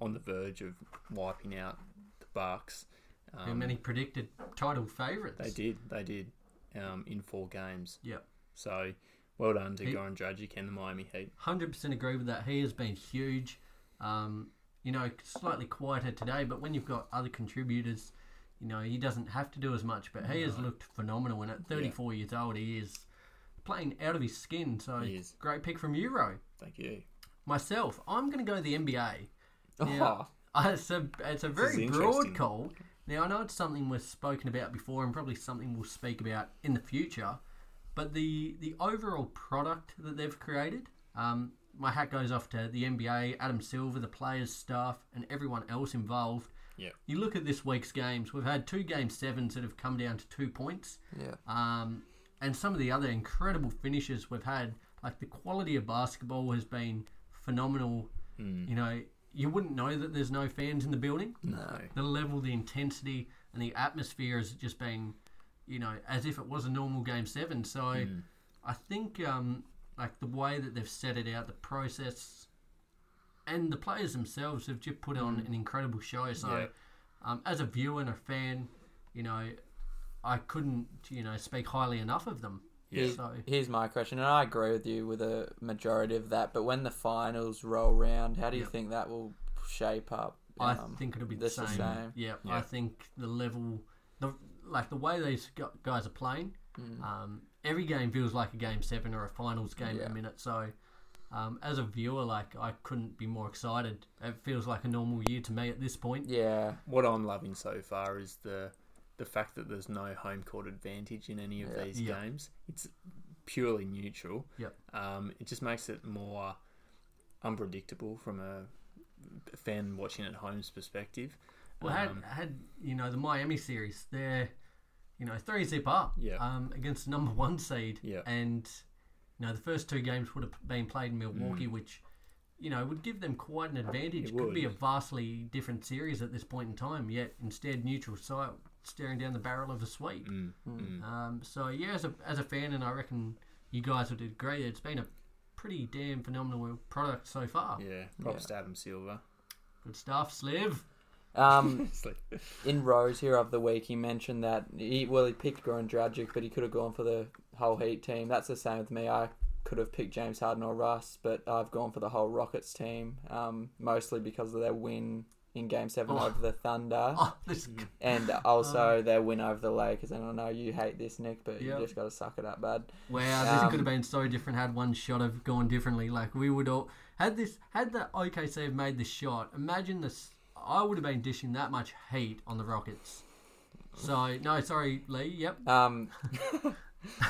S5: on the verge of wiping out the Bucks.
S3: How many predicted title favourites?
S5: Um, They did, they did um, in four games.
S3: Yep.
S5: So well done to
S3: He-
S5: Goran Dragic and the Miami Heat.
S3: Hundred percent agree with that. He has been huge. Um, you know, slightly quieter today, but when you've got other contributors, you know he doesn't have to do as much. But he has looked phenomenal, and at 34 years old, he is playing out of his skin. So
S5: He is.
S3: great pick from Euro.
S5: Thank you.
S3: Myself, I'm going to go the NBA. Now, Uh, it's a it's a very
S5: is
S3: broad
S5: interesting.
S3: call. Now I know it's something we've spoken about before, and probably something we'll speak about in the future. But the the overall product that they've created, um, my hat goes off to the NBA, Adam Silver, the players, staff, and everyone else involved.
S5: Yeah.
S3: You look at this week's games. We've had two game sevens that have come down to two points.
S4: yeah.
S3: Um, and some of the other incredible finishes we've had, like the quality of basketball has been phenomenal.
S5: Hmm.
S3: You know, you wouldn't know that there's no fans in the building.
S5: No.
S3: The level, the intensity, and the atmosphere has just been, you know, as if it was a normal game seven. So I think, um, like, the way that they've set it out, the process, and the players themselves have just put on an incredible show. So,
S5: Yeah.
S3: um, as a viewer and a fan, you know, I couldn't, you know, speak highly enough of them.
S4: Here's,
S3: So,
S4: here's my question, and I agree with you with a majority of that. But when the finals roll round, how do you
S3: Yep.
S4: think that will shape up?
S3: I
S4: um,
S3: think it'll be the
S4: this
S3: same. Yeah, I think the level, the like the way these gu- guys are playing, um, every game feels like a game seven or a finals game at
S4: Yeah.
S3: the minute. So, um, as a viewer, like I couldn't be more excited. It feels like a normal year to me at this point.
S4: Yeah,
S5: What I'm loving so far is the the fact that there's no home court advantage in any of these
S3: Yeah.
S5: games. It's purely neutral.
S3: Yep.
S5: Um, it just makes it more unpredictable from a fan watching at home's perspective.
S3: Well,
S5: Um,
S3: had had you know the Miami series, they're you know three zip up
S5: Yeah.
S3: um, against the number one seed,
S5: Yeah.
S3: and you know the first two games would have been played in Milwaukee, which you know would give them quite an advantage.
S5: Mm. It
S3: Could be a
S5: would.
S3: vastly different series at this point in time. Yet instead, neutral site staring down the barrel of a sweep.
S5: Mm,
S3: Um, so yeah, as a as a fan, and I reckon you guys would agree, it's been a pretty damn phenomenal product so far.
S5: Yeah. Props to Adam Silver.
S3: Good stuff, Sliv.
S4: Um,
S5: It's like-
S4: in Rose here of the week, he mentioned that he well he picked Goran Dragic, but he could have gone for the whole Heat team. That's the same with me. I could have picked James Harden or Russ, but I've gone for the whole Rockets team, um, mostly because of their win in Game Seven over the Thunder,
S3: Oh, this
S5: Mm.
S4: and also their win over the Lakers. And I know you hate this, Nick, but
S3: Yeah.
S4: you just got to suck it up, bud.
S3: Wow, this
S4: Um,
S3: could have been so different had one shot have gone differently. Like we would all had this had the OKC have made the shot. Imagine this. I would have been dishing that much heat on the Rockets. So no, sorry, Lee. Yep.
S4: Um,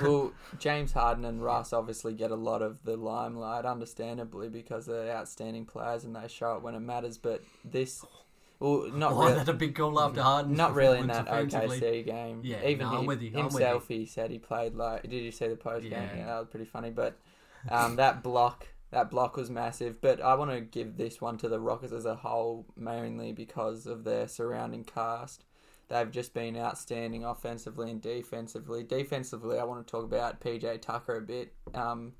S4: well, James Harden and Russ obviously get a lot of the limelight, understandably, because they're outstanding players and they show it when it matters. But this, well, not
S3: Oh,
S4: really,
S3: that's a big call after Harden.
S4: not really in that
S3: offensively.
S4: OKC game.
S3: Yeah,
S4: even
S3: no, I'm
S4: he-
S3: with you, I'm with
S4: himself, he said he played like. Did you see the post game?
S3: Yeah.
S4: Yeah, that was pretty funny. But um, that block, that block was massive. But I want to give this one to the Rockets as a whole, mainly because of their surrounding cast. They've just been outstanding offensively and defensively. Defensively, I want to talk about PJ Tucker a bit. Um,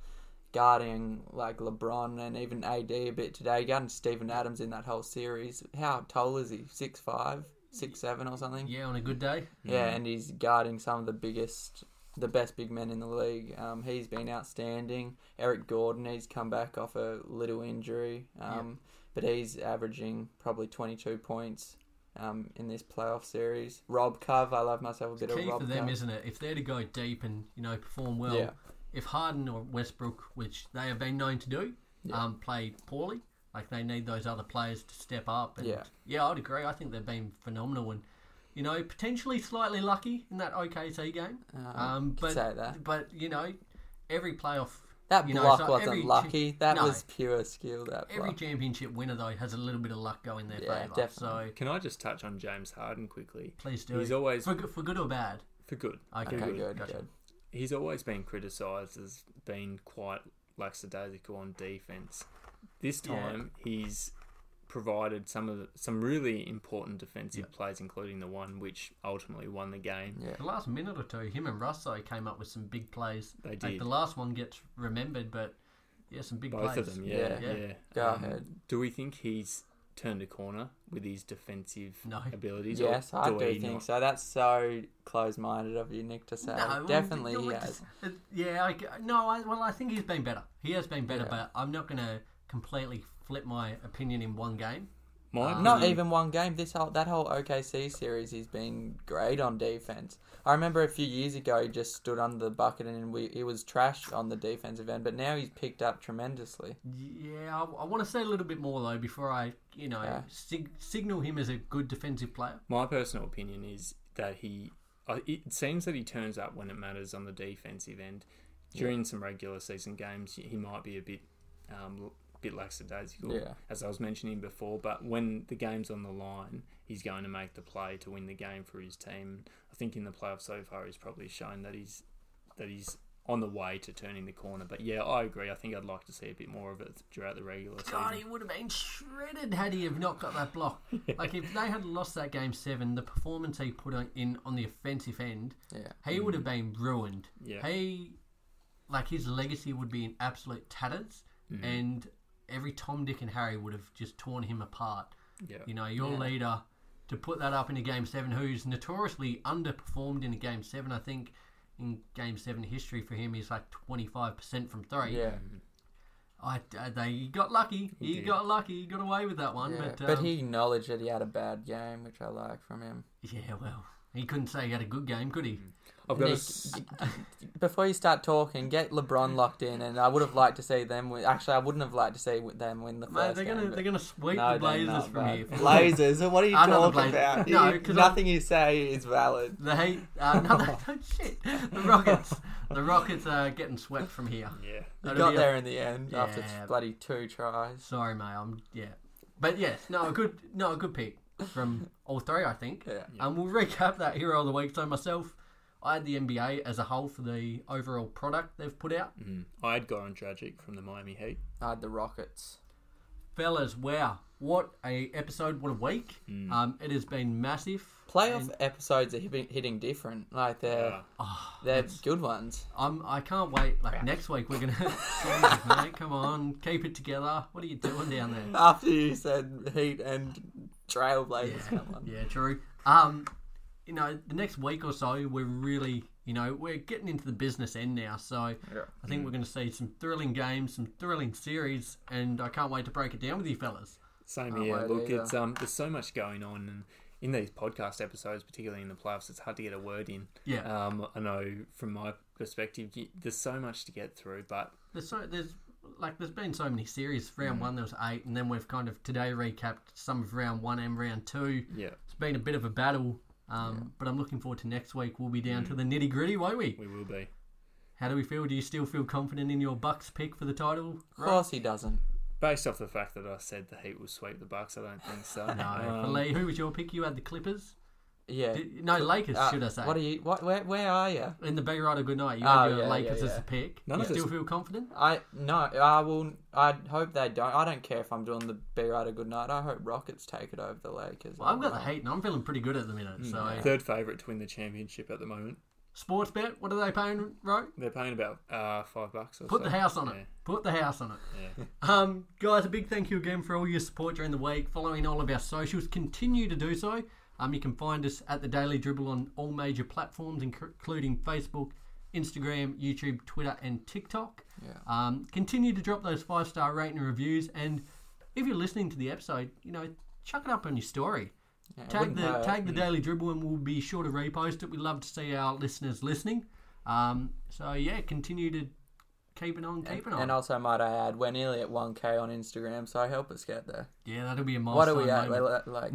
S4: guarding like LeBron and even AD a bit today, guarding Stephen Adams in that whole series. How tall is he? Six five, six seven, or something?
S3: Yeah, on a good day.
S4: Yeah, and he's guarding some of the biggest the best big men in the league. Um, he's been outstanding. Eric Gordon, he's come back off a little injury, um, but he's averaging probably 22 points um, in this playoff series. Rob Cove, I love myself a bit of
S3: Key
S4: Rob
S3: for them,
S4: Cove.
S3: isn't it? If they're to go deep and you know perform well,
S4: Yeah.
S3: if Harden or Westbrook, which they have been known to do, um, play poorly, like they need those other players to step up. And
S4: Yeah.
S3: I'd agree. I think they've been phenomenal and. You know, potentially slightly lucky in that OKC game, um, but
S4: Uh, say that.
S3: but you know, every playoff
S4: That
S3: you know,
S4: block
S3: so every
S4: wasn't
S3: chi-
S4: lucky. That
S3: No.
S4: was pure skill. That
S3: Every
S4: block.
S3: championship winner though has a little bit of luck going their
S4: Yeah,
S3: favour. So
S4: definitely.
S5: Can I just touch on James Harden quickly?
S3: please do.
S5: He's
S3: it.
S5: always
S3: for, good- for good or bad.
S5: for good.
S3: Okay,
S4: okay,
S3: good.
S4: good,
S3: Gotcha.
S4: good.
S5: He's always been criticised as being quite lackadaisical on defense. This time, he's provided some of the, some really important defensive plays, including the one which ultimately won the game.
S4: Yeah.
S3: The last minute or two, him and Russo came up with some big plays.
S5: They
S3: Like
S5: did.
S3: the last one gets remembered, but yeah, some big
S5: Both
S3: plays.
S5: of them, yeah,
S4: Yeah.
S5: yeah.
S4: Go
S5: Um,
S4: ahead.
S5: Do we think he's turned a corner with his defensive
S3: No.
S5: abilities? or
S4: Yes, I do
S5: we
S4: think
S5: not?
S4: so. That's so close-minded of you, Nick, to say.
S3: No,
S4: Definitely
S3: well,
S4: he
S3: it's-
S4: has.
S3: it- Yeah, I, g- no, I, well, I think he's been better. He has been better, but I'm not going to completely flip my opinion in one game.
S5: My
S4: Not
S5: opinion-
S4: even one game. This whole that whole OKC series, he's been great on defense. I remember a few years ago, he just stood under the bucket and we, he was trashed on the defensive end. But now he's picked up tremendously.
S3: Yeah, I, I want to say a little bit more though before I, you know,
S4: Yeah.
S3: sig- signal him as a good defensive player.
S5: My personal opinion is that he. I- It seems that he turns up when it matters on the defensive end. During some regular season games, he might be a bit, um, l- bit lackadaisical,
S4: Yeah.
S5: as I was mentioning before. But when the game's on the line, he's going to make the play to win the game for his team. I think in the playoffs so far, he's probably shown that he's that he's on the way to turning the corner. But yeah, I agree. I think I'd like to see a bit more of it throughout the regular
S3: God,
S5: season.
S3: he would have been shredded had he have not got that block. Like if they had lost that game seven, the performance he put on, in on the offensive end,
S4: Yeah.
S3: he would have been ruined.
S5: Yeah.
S3: He, like his legacy would be in absolute tatters, and every Tom, Dick, and Harry would have just torn him apart.
S5: Yeah.
S3: You know, your leader to put that up in a game seven, who's notoriously underperformed in a game seven. I think in game seven history for him is like twenty five percent from three.
S4: Yeah,
S3: I, I- they he got lucky. He, got lucky. He got away with that one.
S4: yeah.
S3: But, um,
S4: but he acknowledged that he had a bad game, which I like from him.
S3: yeah, well, he couldn't say he had a good game, could
S4: Mm.
S3: he?
S5: I've got a
S4: Nick,
S5: s-
S4: Before you start talking, get LeBron locked in, and I would have liked to see them. Win. Actually, I wouldn't have liked to see them win the first
S3: Mate, they're
S4: game.
S3: gonna
S4: but-
S3: they're gonna sweep
S4: No,
S3: the
S4: they're
S3: Blazers
S4: not,
S3: from
S4: but-
S3: here.
S4: Blazers? What are you
S3: I know the
S4: talking
S3: Blazers.
S4: about?
S3: No,
S4: You-
S3: 'cause I-
S4: nothing you say is valid.
S3: The Heat, uh, no, they- shit. The Rockets, the Rockets are getting swept from here.
S5: yeah.
S4: You
S3: That'll
S4: got
S3: be a-
S4: there in the end after
S3: Yeah.
S4: bloody two tries.
S3: Sorry, mate. I'm yeah, but yes, no, a good no, a good pick from all three, I think.
S4: Yeah.
S3: And we'll recap that hero of the week. So myself, I had the NBA as a whole for the overall product they've put out.
S5: I had Goran Dragic from the Miami Heat.
S4: I had the Rockets.
S3: fellas wow what a episode what a week um, it has been massive
S4: Playoff
S3: And
S4: episodes are hitting, hitting different. Like they're oh,
S5: Yeah.
S3: Ah,
S4: they're good ones.
S3: I'm, Um, i can't wait like next week we're gonna Jesus, mate, come on keep it together what are you doing down there
S4: After you said Heat and Trailblazers, come on.
S3: yeah true um you know the next week or so we're really you know we're getting into the business end now so i think we're going to see some thrilling games some thrilling series and i can't wait to break it down with you fellas
S5: Same here.
S4: wait
S5: Look,
S4: either.
S5: it's um, there's so much going on, and in these podcast episodes, particularly in the playoffs, it's hard to get a word in.
S3: Yeah.
S5: Um, I know from my perspective, y there's so much to get through, but
S3: there's so there's like there's been so many series.
S4: Mm.
S3: Round one there was eight, and then we've kind of today recapped some of round one and round two.
S5: yeah,
S3: It's been a bit of a battle, um, but I'm looking forward to next week. We'll be down
S4: Mm.
S3: to the nitty gritty, won't we?
S5: we will be.
S3: How do we feel? Do you still feel confident in your Bucks pick for the title?
S4: Of course he doesn't.
S5: Based off the fact that I said the Heat will sweep the Bucks, I don't think so.
S3: No, Uh,
S4: Um,
S3: Lee, who was your pick? You had the Clippers.
S4: Yeah.
S3: Did- No, Lakers,
S4: Uh,
S3: should I say?
S4: What are you? What? Where? Where are you?
S3: in the Bay Rider Goodnight, you
S4: Oh,
S3: had your
S4: yeah, yeah,
S3: Lakers as
S4: yeah.
S3: the pick.
S5: None
S3: you
S5: of us-
S3: still feel confident?
S4: I no. I will. I hope they don't. I don't care if I'm doing the B Rider good night. I hope Rockets take it over the Lakers.
S3: Well, I've got the hate, and I'm feeling pretty good at the minute. So,
S4: Mm.
S5: Third favourite to win the championship at the moment.
S3: sports bet, what are they paying, Ro?
S5: They're paying about uh, five bucks or
S3: Put
S5: so.
S3: the house on it.
S5: Yeah.
S3: Put the house on it. Um, guys, a big thank you again for all your support during the week. Following all of our socials, continue to do so. Um, you can find us at the Daily Dribble on all major platforms, inc- including Facebook, Instagram, YouTube, Twitter, and TikTok.
S4: Yeah.
S3: Um, continue to drop those five star rating and reviews. And if you're listening to the episode, you know, chuck it up on your story. tag
S4: wouldn't
S3: the
S4: hurt.
S3: tag the Daily Dribble, and we'll be sure to repost it. We love to see our listeners listening. Um, so yeah, continue to keep it on, keep it on.
S4: And also, might I add, we're nearly at 1K on Instagram, so help us get there.
S3: yeah, that'll be a
S4: What
S3: milestone.
S4: are we at? We're
S3: moment.
S4: li- like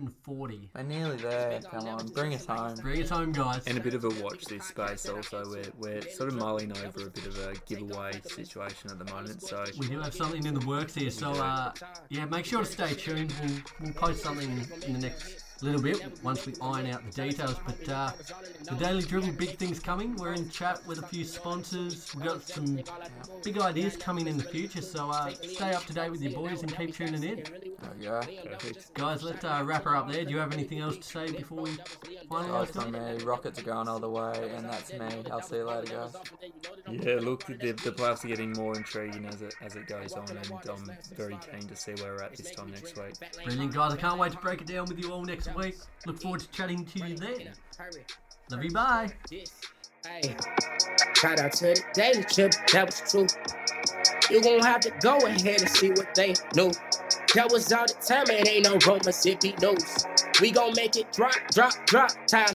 S3: 940.
S4: We're nearly there. Come on, bring us home.
S3: Bring it home, guys.
S5: And a bit of a watch this space also. We're, we're sort of mulling over a bit of a giveaway situation at the moment. So
S3: We do have something in the works here, so uh, yeah, make sure to stay tuned. We'll, we'll post something in the next little bit once we iron out the details. But uh, the Daily Dribble, big things coming. We're in chat with a few sponsors. We've got some big ideas coming in the future, so uh, stay up to date with your boys and keep tuning in.
S4: There we go.
S5: perfect.
S3: Guys, let's uh, wrap her up there. Do you have anything else to say before we
S4: Oh,
S3: finalise?
S4: from
S3: things?
S4: me, Rockets are going all the way, and that's me. I'll see you later, guys.
S5: Yeah, look, the, the playoffs are getting more intriguing as it as it goes on, and I'm very keen to see where we're at this time next week.
S3: Brilliant, guys. I can't wait to break it down with you all next week. Look forward to chatting to you then. Love you, bye.
S1: Hey. Shout out to the Daily Trip, that was true. You gon' have to go ahead and see what they knew. That was all the time, it ain't no romance, it be news. We gon' make it drop, drop, drop, time